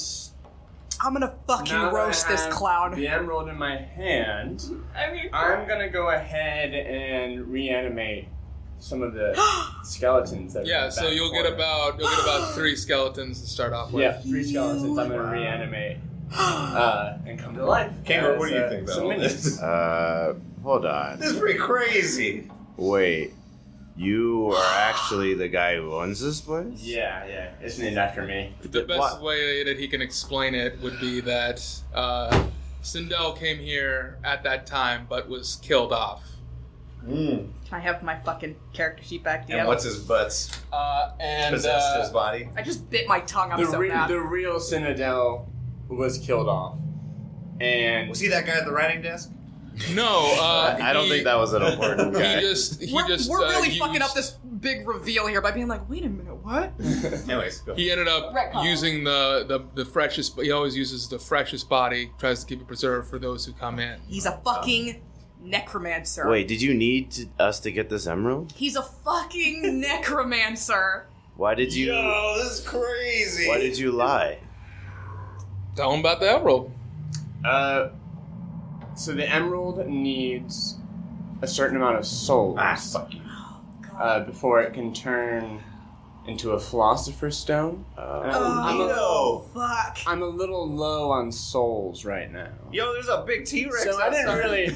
Speaker 4: I'm gonna fucking
Speaker 7: now that I
Speaker 4: roast this
Speaker 7: have
Speaker 4: clown.
Speaker 7: The emerald in my hand.
Speaker 6: I'm gonna.
Speaker 7: I'm gonna go ahead and reanimate some of the skeletons. That are
Speaker 2: Yeah,
Speaker 7: back
Speaker 2: so you'll get
Speaker 7: corner.
Speaker 2: about you'll get about three skeletons to start off with.
Speaker 7: yeah three skeletons. I'm gonna reanimate uh, and come to life.
Speaker 3: Cameron, what
Speaker 7: as,
Speaker 3: do you
Speaker 7: uh,
Speaker 3: think about
Speaker 7: some
Speaker 3: all
Speaker 7: minions.
Speaker 3: this?
Speaker 5: Uh, hold on.
Speaker 3: This is pretty crazy.
Speaker 5: Wait, you are actually the guy who owns this place?
Speaker 7: Yeah, yeah. It's named after me.
Speaker 2: The best
Speaker 5: What?
Speaker 2: way that he can explain it would be that uh, Sindel came here at that time, but was killed off.
Speaker 3: Mm.
Speaker 4: Can I have my fucking character sheet back?
Speaker 3: And
Speaker 4: DM?
Speaker 3: what's his butts?
Speaker 2: Uh, and
Speaker 3: Possessed
Speaker 2: uh,
Speaker 3: his body?
Speaker 4: I just bit my tongue. I'm
Speaker 7: the,
Speaker 4: so
Speaker 7: re-
Speaker 4: mad.
Speaker 7: the real Citadel was killed off, and
Speaker 3: Was he that guy at the writing desk?
Speaker 2: no, uh,
Speaker 5: I don't
Speaker 2: he-
Speaker 5: think that was an important
Speaker 2: He
Speaker 5: guy.
Speaker 2: just he
Speaker 4: we're
Speaker 2: just
Speaker 4: we're
Speaker 2: uh,
Speaker 4: really
Speaker 2: used-
Speaker 4: fucking up this big reveal here by being like, wait a minute, what?
Speaker 3: Anyways, go.
Speaker 2: He ended up
Speaker 6: Retcon.
Speaker 2: using the, the the freshest. He always uses the freshest body. Tries to keep it preserved for those who come in.
Speaker 4: He's a fucking necromancer.
Speaker 5: Wait, did you need to, us to get this emerald?
Speaker 4: He's a fucking necromancer.
Speaker 5: Why did you?
Speaker 3: Yo, this is crazy.
Speaker 5: Why did you lie?
Speaker 2: Tell him about the emerald.
Speaker 7: uh, so the Emerald needs a certain amount of souls
Speaker 3: Ah, fuck you.
Speaker 7: uh, before it can turn into a Philosopher's Stone. And
Speaker 5: Uh,
Speaker 7: I'm, I'm, a,
Speaker 4: Oh.
Speaker 3: Yo,
Speaker 4: Fuck.
Speaker 7: I'm a little low on souls right now.
Speaker 3: yo, there's a big T Rex.
Speaker 7: So I didn't really.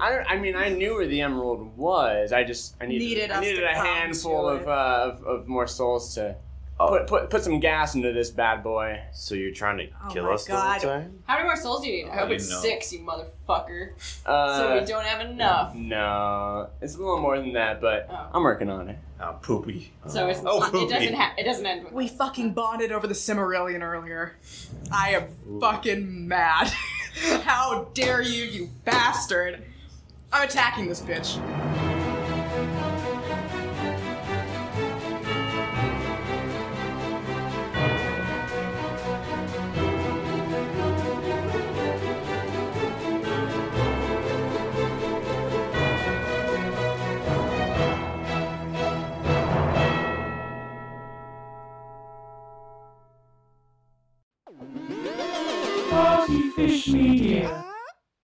Speaker 7: I, don't, I mean, I knew where the emerald was. I just I needed,
Speaker 4: Needed
Speaker 7: I
Speaker 4: us
Speaker 7: needed
Speaker 4: to
Speaker 7: a
Speaker 4: come
Speaker 7: handful
Speaker 4: to
Speaker 7: of,
Speaker 4: it.
Speaker 7: uh, of of more souls to
Speaker 5: Oh.
Speaker 7: put, put put some gas into this bad boy.
Speaker 5: so you're trying to
Speaker 4: Oh
Speaker 5: kill
Speaker 4: my
Speaker 5: us
Speaker 4: God.
Speaker 5: the whole time?
Speaker 6: How many more souls do you need? I hope it's
Speaker 3: know.
Speaker 6: six, you motherfucker.
Speaker 7: Uh,
Speaker 6: so we don't have enough.
Speaker 7: No, it's a little more than that, but
Speaker 6: Oh.
Speaker 7: I'm working on it.
Speaker 3: Oh, poopy.
Speaker 6: So it's
Speaker 3: Oh,
Speaker 6: it
Speaker 3: poopy.
Speaker 6: doesn't ha- it doesn't end. With-
Speaker 4: We fucking bonded over the Cimmerillion earlier. I am fucking mad. How dare you, you bastard! I'm attacking this bitch.